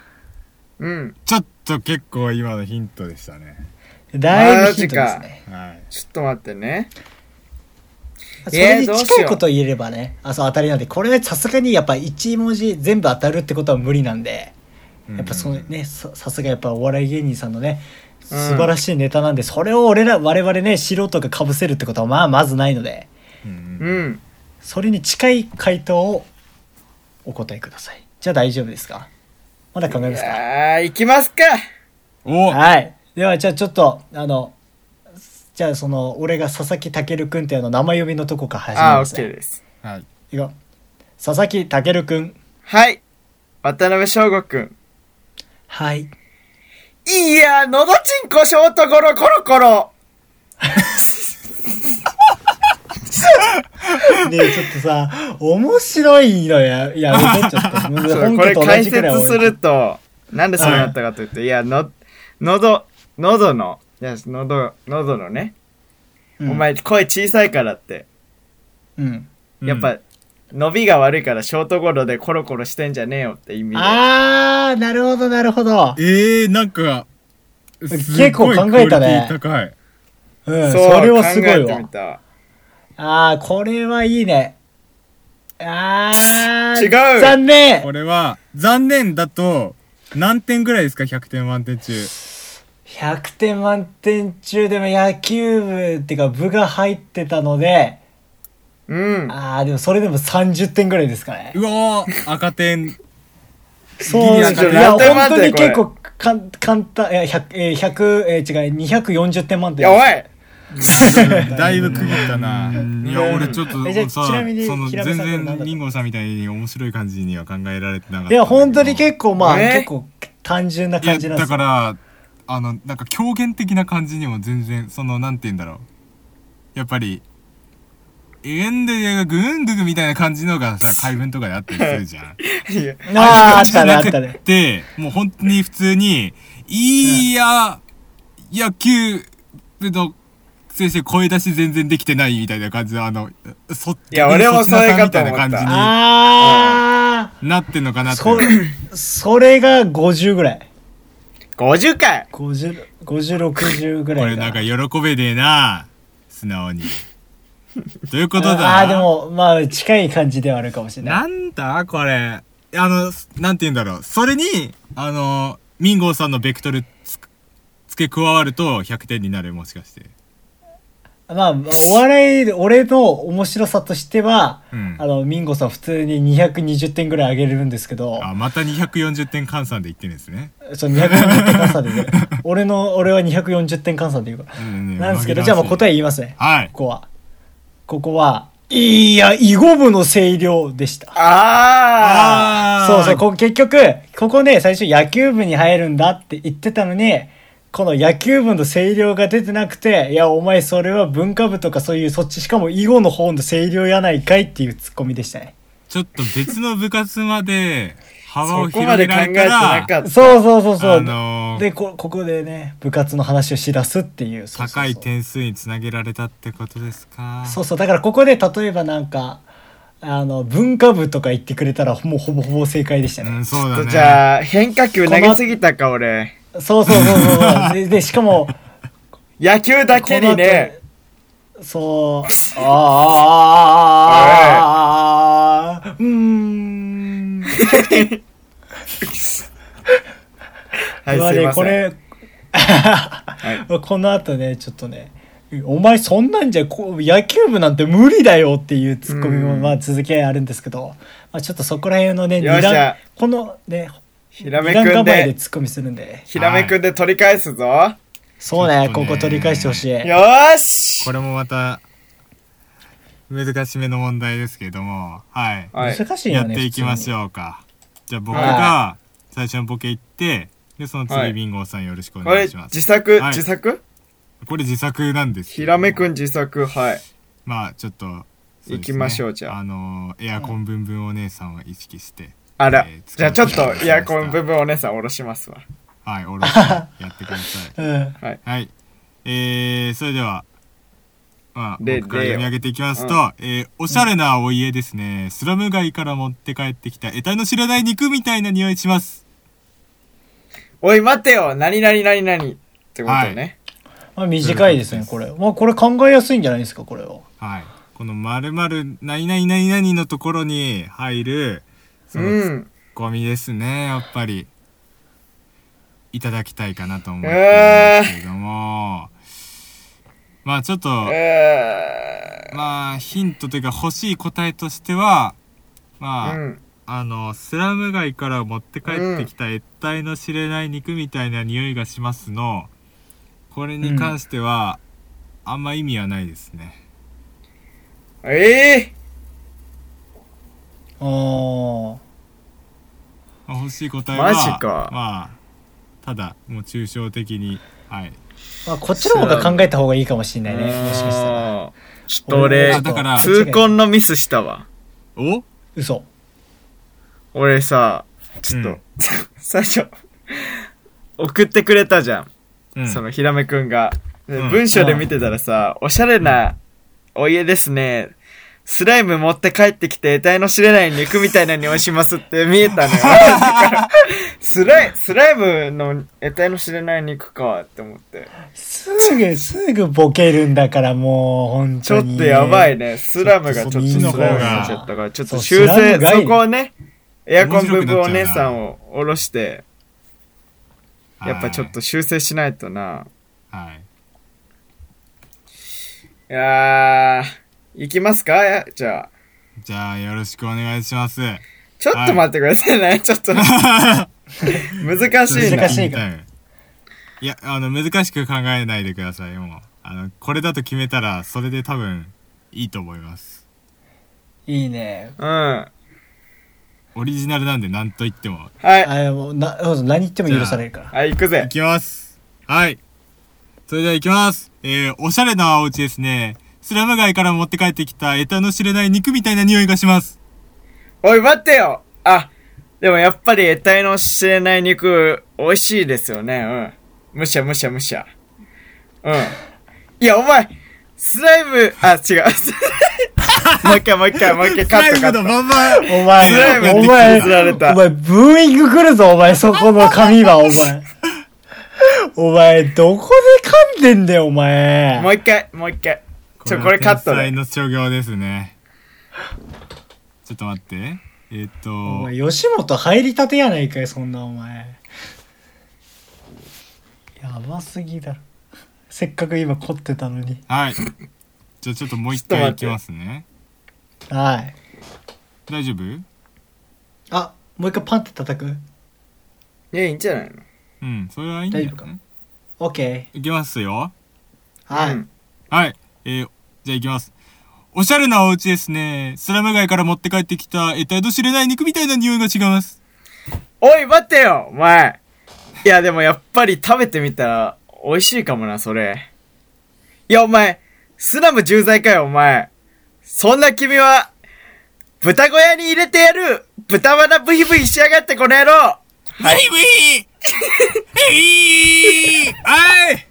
C: うん。
A: ちょっと結構今のヒントでしたね
B: だいぶヒントですね。
A: はい
C: ちょっと待ってね。
B: そ
C: ジか
B: れに
C: えーどうしよう
B: 近いことを言えればね、あ、そう当たりなんで、これさすがにやっぱ1文字全部当たるってことは無理なんで、やっぱその
A: うん
B: ね、ささすがやっぱお笑い芸人さんのね、素
C: うん
B: 晴らしいネタなんで、それを俺ら、我々ね、素人が被せるってことはまあまずないので、
A: うん
C: う
A: うん
C: ん。
B: それに近い回答をお答えください。じゃあ大丈夫ですかまだ考えますか
C: あー、行きますか。
A: お
B: はい。では、じゃあちょっと、あの、じゃあその、俺が佐々木健君っていうあの名前呼びのとこから始め
C: あー、
B: ま
C: オ
B: す
C: ッ
B: ね
C: ケ。ーです。
A: はい
B: いくよ佐々木健君。
C: はい。渡辺翔吾くん。
B: はい。
C: いいや、のどちんこショートゴロコロコロ。
B: ねえ、ちょっとさ、 面白いのや、いや、めてちょっ と。
C: そう
B: 本
C: こ
B: 家
C: れ
B: と同
C: 解
B: じくらい
C: 説す
B: 俺
C: ると、なんでそうなったかというと、いや、の、喉、喉の、いや、喉、喉のね、
B: うん
C: お前声小さいからって、
B: うん。
C: やっぱ、伸びが悪いからショートゴロでコロコロしてんじゃねえよって意味で。
B: あー、なるほど、なるほど。
A: えー、なんか
B: 結構考えたね
A: すごいクオリティ高い
B: うん、それはすご
C: 考
B: い
C: えてみ
B: わ。
C: た
B: あー、これはいいね。あー、
C: 違う
B: 残念
A: これは残念だと何点ぐらいですか100点満点中
B: !100 点満点中でも野球部っていうか部が入ってたので、
C: うん。
B: あー、でもそれでも30点ぐらいですかね。
A: うわー赤点
B: そうですよ。い
A: ギリ
B: や、
A: だ
B: 本
A: から
B: 当に
C: 何点満点これ
B: 結構かん簡単、いや、100、えー100、えー違う、240点満
C: い
B: 点
C: や、
B: です。
C: おい
A: だいぶ区切ったな。いや、俺ちょっと
B: えじゃあ
A: さ、
B: ちなみに
A: その
B: 平
A: 全
B: 部さんこれ何だっ
A: 然
B: た
A: リンゴさんみたいに面白い感じには考えられてなかった。
B: いや、本当に結構まあ、
C: ね
B: 結構単純な感じ
A: い
B: な
A: や
B: ん
A: だ
B: ですよ
A: か。ら、あの、なんか狂言的な感じにも全然、その、なんて言うんだろう。やっぱり、エンデがグンググみたいな感じのがさ、怪文とかであったりするじゃん。
C: いや
B: ああ、あ
A: あ
B: っ
A: じゃ
B: たね、あ
A: な
B: っ
A: く
B: たね。
A: て、もう本当に普通に、いや、野球部の先生声出し全然できてないみたいな感じの、あの、そっ
C: いや俺もそれかと思った
A: みたいな感じに
B: あ
A: なってんのかな
B: あ、
A: って。
B: そ、それが50ぐらい。
C: 50回
B: 50、50、60ぐ
A: こ
B: ら
A: れ
B: い
A: なん
B: か
A: か
B: な。
A: 喜べねえな、素直 に。ということだな。
B: ああー、でも、まあ、近い感じではあるかもしれない。
A: なんだこれ。あの、すなんて言うんだろう。それに、あの、ミンゴーさんのベクトルつ付け加わると100点になる、もしかして。
B: まあ、お笑い、俺の面白さとしては、
A: うん
B: あの、ミンゴさん普通に220点ぐらい上げれるんですけど、
A: あまた240点換算で言ってるんですね。
B: そう、240点換算でね俺の、俺は240点換算で言うから。なんですけど、じゃあもう答
A: え。
B: え言いますね。
A: はい
B: こ。こは。ここは、いや、囲碁部の声量でした。
C: あ
A: あ
B: そうそう、こ結局、ここね、最初野球部に入るんだって言ってたのに、この野球部の声量が出てなくて、いや、お前それは文化部とかそういう、そっちしかも囲碁の方の声量やないかいっていうツッコミでしたね。
A: ちょっと別の部活まで
C: あ
A: 幅を
C: そこ
A: 広
C: ま
A: げ
C: で考
A: ら
C: え
A: れ
C: て
A: た
C: な
A: ら、
C: かった。
B: そうそうそうそう。
A: あのー
B: でこ、ここでね、部活の話をしだすっていう。そうそうそう
A: 高い点数につなげられたってことですか。
B: そうそうだからここで例えばなんかあの文化部とか言ってくれたらもうほぼほぼ正解でした
A: う
B: ね、
A: ん、そうだね。
C: じゃあ、変化球投げすぎたか、俺。
B: そうそうそうそうそうででしかも
C: 野球だけにね。
B: そうあーあーあーあーあーうーん
C: はい、
B: まあ
C: すい
B: ね
C: ませ
B: こ
C: ん。
B: れ、
C: はい
B: この後ねちょっとねお前そんなんじゃこう野球部なんて無理だよっていうツッコミもまあ続きはあるんですけど、まあ、ちょっとそこら辺のね
C: よっ
B: 二
C: しゃ
B: 段このね
C: ひらめ
B: 二
C: くん
B: 段構えで
C: で、
B: ツッコミするんで
C: ひらめくんで取り返すぞ。よ
B: そうね
A: ちょっと
B: こ
A: ね
B: こ取り返してほしい
C: ーし
A: これもまた難しめの問題ですけどもはい、
C: はい。
B: 難しい
A: や
B: よ
A: っ
B: ね
A: ていきまし
B: ょ
A: ょうかじゃあ僕
C: は
A: が最初のボケ行ってでその
C: は
A: 次
C: い
A: ビンゴさんよろしくお
C: これ
A: 願いし、ます、
C: 自作、
A: はい
C: 自作
A: これ自作なんですけど
C: ひらめくん自作、はい。
A: まあちょっとそうですね
C: 行きましょうじゃあ
A: あのエアコンブンブンお姉さんを意識して、
C: あら
A: えー。
C: じゃあちょっ
A: 作
C: と
A: って、
C: エアコン部分お姉さん下ろしますわ。
A: はいおろ してやってください
B: うん
A: はい。えー、それでは、まあ、
C: で
A: 僕から
C: で
A: 読み上げていきますと、
C: う
A: えーおしゃれなお家ですね。スラム街から持って帰ってきた、得体の知らない肉みたいな匂いします。
C: おい、待てよ何々何々ってことね。
B: まあ短いですねこれまあこれ考えやすいんじゃないですかこれは
A: はい。この〇〇何々何々のところに入る、そうのツッ
C: ん。
A: コミですね、やっぱり。いただきたいかなと思って
C: う
A: るん
C: わー
A: ですけども、まあちょっと、
C: え
A: まあヒントというか欲しい答えとしては、まあ、
C: ーうん。
A: あのスラム街から持って帰ってきた越体の知れない肉みたいな匂いがしますのこれに関しては、あんま意味はないですね
C: え
B: あー
A: まあ欲しい答えは
C: マジか
A: まあただもう抽象的にはい
B: まあこっちの方が考えた方がいいかもしれ
C: ー
B: ないねもしかしたら
C: あーちょっと俺
A: あ、だから
C: 痛恨のミスしたわ。
A: お
B: 嘘
C: 俺さ、ちょっと、
A: うん
C: 最初、送ってくれたじゃん。
A: うん
C: そのひらめくんが。で
A: うん
C: 文章で見てたらさ、おしゃれなお家ですね。スライム持って帰ってきて、得体の知れない肉みたいな匂いしますって見えたのよ。だからスライ、スライムの得体の知れない肉かって思って。
B: すぐすぐボケるんだからもう本
C: ちょ
B: 当
C: っ
B: に
C: とやばいね。スラムがちょっと
B: そっ
C: ス
B: ち
C: ラム
B: の方
C: に
A: が
C: なっちゃったから、ちょっと
B: そう
C: 修
B: スラ
C: 正、
B: ムがいい
C: そこをね、エアコン
A: 面白く
C: ブ
A: な
C: ブ
A: っちゃうな
C: お姉さんを下ろして、
A: はい
C: やっぱちょっと修正しないとな。
A: はい
C: いやー、行きますかじゃあ。
A: じゃあよろしくお願いします
C: ちょっと待ってくださいね。ちょっと。難しいな。
B: 難しいか
A: いやあの難しく考えないでくださいもうあのこれだと決めたらそれで多分いいと思います
B: いいね
C: うん。は
A: オリジナルなんで何と言っても。
C: い。
B: あもうな何言っても許されるから
C: はい、行く
A: い
C: ぜ。
A: きます。はい。それではいきます。えー、おしゃれなお家ですね。スラム街から持って帰ってきた、得体の知れない肉みたいな匂いがします。
C: おい、待ってよあ、でもやっぱり得体の知れない肉、美味しいですよね。うん。むしゃむしゃむしゃ。うん。いや、お前、スライム、あ、違う。 もう一回、もう一回、もう一回、カットカット。
A: まんま。
B: お
C: スライム
B: 前、
C: に
B: お
C: 削られ
B: 前、お
C: た
B: 前、ブーイング来るぞ、お前、そこの髪は、お前。お前、どこで噛んでんだよ、お前。
C: もう一回、もう一回。ちょ、これカット
A: 天才
C: で。
A: の商業ですね。ちょっと待って。えーっ
B: お前
A: と、
B: 吉本入りたてやないかい、そんな、お前。やばすぎだろ。せっかく今凝ってたのに。
A: はい。じゃあちょっともう一
C: ちょ
A: 回い
C: っと待って
A: きますね。
B: はい。
A: 大丈夫
B: あ、もう一回パンって叩く
C: いや、いいんじゃないの
A: うん、それはいいんだよ、
B: 大丈夫
A: ね。
B: オッケ
A: いきますよ。
B: ー。は
C: う
B: い
C: ん。
A: はい。えー、じゃあ行きます。おしゃれなお家ですね。スラム街から持って帰ってきた、得体の知れない肉みたいな匂いが違います。
C: おい、待ってよ、お前。いや、でもやっぱり食べてみたら、美味しいかもな、それ。いや、お前、スラム重罪かよ、お前。そんな君は、豚小屋に入れてやる豚鼻ブヒブヒしやがって、この野郎
A: はい、ウィーえいあい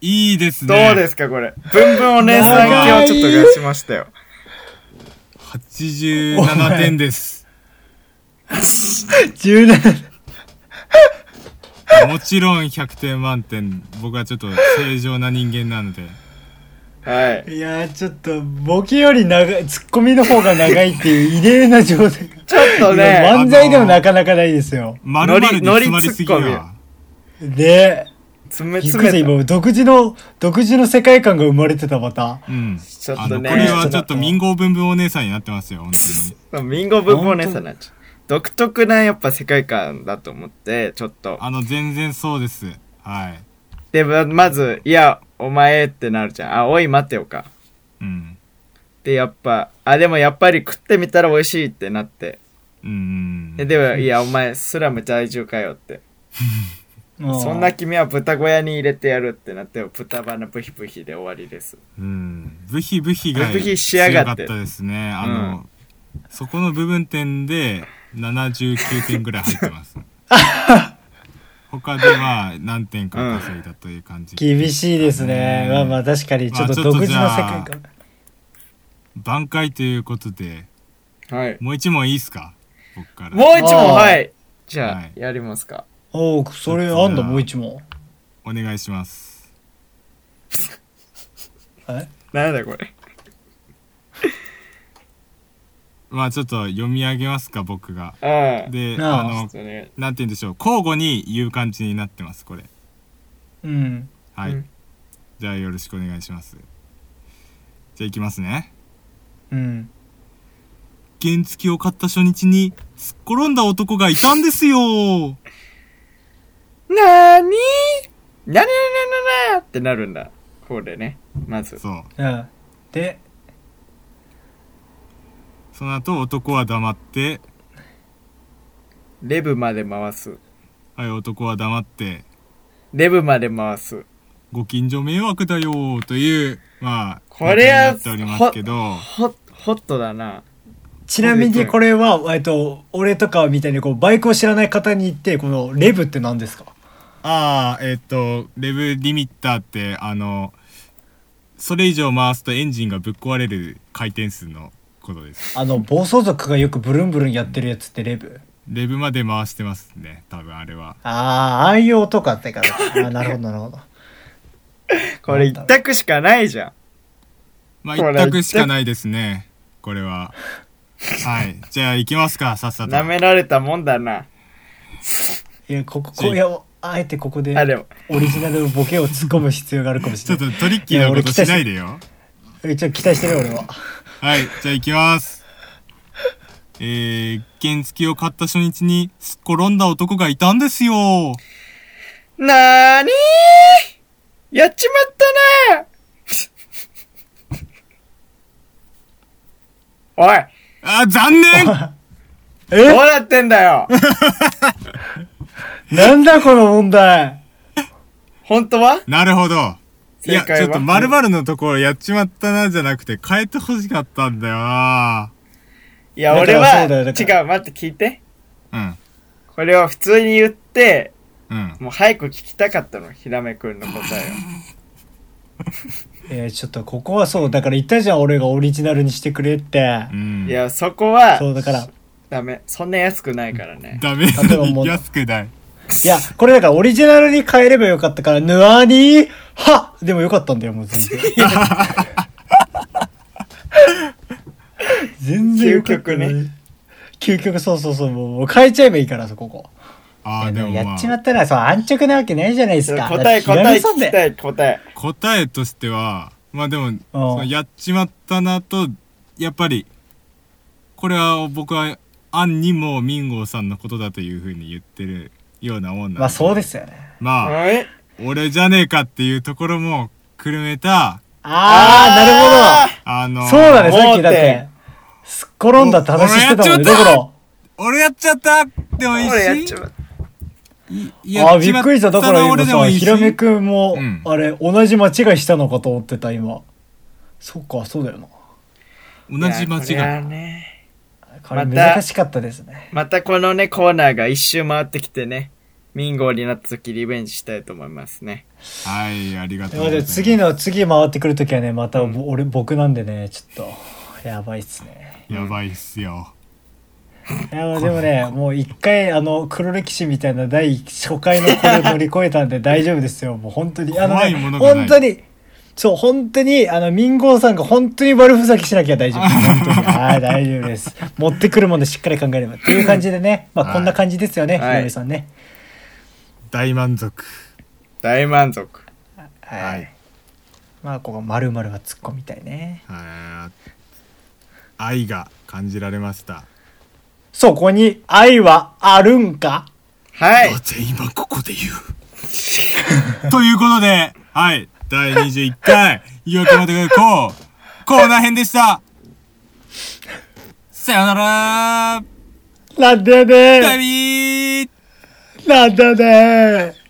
A: いいです
C: ど
A: ね。
C: うですか、これ。ブンブンお姉さん今日ちょっと出しましたよ。
A: ?87 点です。
B: 17。
A: もちろん100点満点。僕はちょっと正常な人間なので。
C: はい。
B: いやー、ちょっと、ボケより長い、ツッコミの方が長いって いう異例な状態。
C: ちょっと
B: いや
C: ね、
B: 漫才でもなかなかないですよ。
A: まるまるに
C: ノリ
A: 詰まりすぎ
C: ノリツッ
A: や。
B: で、
C: 詰め
B: ゆっ
C: 詰
B: く
C: めた
B: りも独自の独自の世界観が生まれてたまた
A: うん
C: ちょっとね
A: あのこれはちょっと民豪文文お姉さんになってますよ本
C: ミンゴブボネさんなっちゃう独特なやっぱ世界観だと思って、ちょっと
A: 当。にあの全然そうですはい
C: で、ままず、いや、お前ってなるじゃん。あ、おい、待てよか。
A: うん
C: で、やっぱ、あ、でもやっぱり食ってみたら美味しいってなって。
A: うん
C: で、でも、いや、お前、スラム在住かよって。そんな君は豚小屋に入れてやるってなって、豚鼻ブヒブヒで終わりです。
A: うんブヒブヒが
C: ブヒしやがって
A: 強かったですねあの、そこの部分点で79点ぐらい入ってます 他では何点か稼いだという感じ、
B: 厳しいですね、
A: うん
B: まあまあ確かにちょっ
A: ま
B: と
A: あちょっ
B: 独
A: と
B: 自
A: じ
B: の世
A: ゃあ
B: 界観、
A: 挽回ということで
C: はい。
A: もう一問いいっすか僕から
C: もう一問、
B: あー
C: はい。じゃあ、
A: はい
C: やりますか。
B: おおそれあんだもう一問
A: お願いします
B: え
C: なんだこれ。
A: まあちょっと読み上げますか僕が
C: うん。
A: で
B: なあ
A: あ
C: ちょ
A: の
C: っとね
A: なんて言うんでしょう交互に言う感じになってますこれ
B: うん
A: はい、
C: うん
A: じゃあよろしくお願いしますじゃあいきますね
B: うん
A: 原付を買った初日にすっ転んだ男がいたんです よ
C: なーにーなになになになにってなるんだ。これね。まず。
A: そう
B: うんで
A: その後男は黙って
C: レブまで回す。
A: はい男は黙って
C: レブまで回す。
A: ご近所迷惑だよというまあ
C: これは
A: ネタになっておりますけど
C: ホホットだな。
B: ちなみにこれは、えっと、俺とかみたいにこうバイクを知らない方に言ってこのレブって何ですか
A: ああえっ、とレブリミッターってあのそれ以上回すとエンジンがぶっ壊れる回転数のことです
B: あの暴走族がよくブルンブルンやってるやつってレブ
A: レブまで回してますね多分あれは
B: ああ愛用とかってかあなるほどなるほ ど
C: これ一択しかないじゃん。
A: まあ
C: これ
A: 一択しかないですねこれははいじゃあ行きますかさっさと
C: 舐められたもんだな。
B: いやここ
A: そう
B: こいやあえてここで
C: あ、でも、
B: オリジナルのボケを突っ込む必要があるかもし
A: ちょ
B: れ
A: っ
B: な
A: とトリッキーなことしないでよ
B: いちょっと期待してるよ俺は
A: はいじゃあ行きますえー、原付を買った初日にすっ転んだ男がいたんですよ
C: なーにーやっちまったな おい
A: あー残念
C: どう
B: え
C: なってんだよ
B: なんだこの問題
C: 本当は
A: なるほどいや、
C: 正解は
A: ちょっと〇〇のところやっちまったなじゃなくて変えてほしかったんだよない
C: や、
B: だか
C: 俺
B: ら
C: は、
B: そうだよだから
C: 違う、待って、聞いて。
A: うん。
C: これを普通に言って、
A: うん。
C: もう早く聞きたかったの、ひらめくんの答えを。
B: えー、ちょっとここはそうだから言ったじゃん俺がオリジナルにしてくれって
A: うん。
C: いや、そこは、
B: そうだから
C: ダメ。そんな安くないからね。
A: ダメだ
B: 例えばもう
A: 安くない。
B: いや、これだからオリジナルに変えればよかったから、ぬわにーはでもよかったんだよ、もう 全然。全然よかったのに
C: 究。
B: 究極、そうそうそう、もうもう変えちゃえばいいから、そここ。
A: ああ、
B: い
A: で
B: や
A: も
B: でも
A: ま
B: やっちま
A: あ、
B: ったら、そう、安直なわけないじゃないですか。
C: 答え、
B: だって
C: 答え
B: ひらめさ
C: 聞
B: ん
C: き
B: で
C: たい、答え。
A: 答えとしては、まあでも、そのやっちまったなと、やっぱり、これは僕は、アンにもミンゴーさんのことだというふうに言ってるようなもんなん。
B: まあそうですすよね。
A: まあ、
C: はい。
A: 俺じゃねえかっていうところも、くるめた、
B: あ
A: あ
B: ー、
A: の
B: なる
A: ー
B: ほど。そうだね、さっ
C: 盲
B: き
C: 点
B: だって、すっ転んだって話してたもんね、
A: 俺やっちまっ
B: だか
A: た
B: ら。
A: 俺やっちゃったでもいい
C: 俺やっ
A: し
C: ち、まった。
B: あーびっくりした。だから今
A: 俺で
B: さ、
A: もいいし
B: ひらめくんも、
A: うん
B: あれ、同じ間違いしたのかと思ってた、今。そっか、そうだよな。
A: 同じ間
C: いやこれ
A: 違い。
C: はね
B: これ
C: また
B: 難しかったですね。
C: またこのね、コーナーが一周回ってきてね、ミンゴーになった時リベンジしたいと思いますね。
A: はい、ありがとう
B: ま
A: ご
B: あ
A: ざい
B: で
A: ま
B: も
A: す。
B: 次の、次回ってくるときはね、またぼ俺、僕なんでね、ちょっと、やばいっすね。
A: やばいっすよ。
B: いやでもね、もう一回、あの、黒歴史みたいな第一初回のこれを乗り越えたんで 大丈夫ですよ。もう本当に。あの
A: 怖い
B: ね
A: もの、がない
B: 本当に、そう、本当に、あの、民号さんが本当に悪ふざけしなきゃ大丈 夫。本当に。はい、大丈夫です。持ってくるものしっかり考えれば。っていう感じでね、ま
A: は
B: あ
A: い
B: こんな感じですよね、
C: はい
B: ひろみさんね。
A: 大満足。
C: 大満足。
B: はい、
A: はい
B: まあここ丸々は突っ込みたいね
A: はい愛が感じられました
B: そこに愛はあるんか
C: はい。
A: なぜ今ここで言う ということで、はい、第21回、言い訳までこう、コーナー編でした。さよなら
B: なんでね
A: バイビー
B: なんでね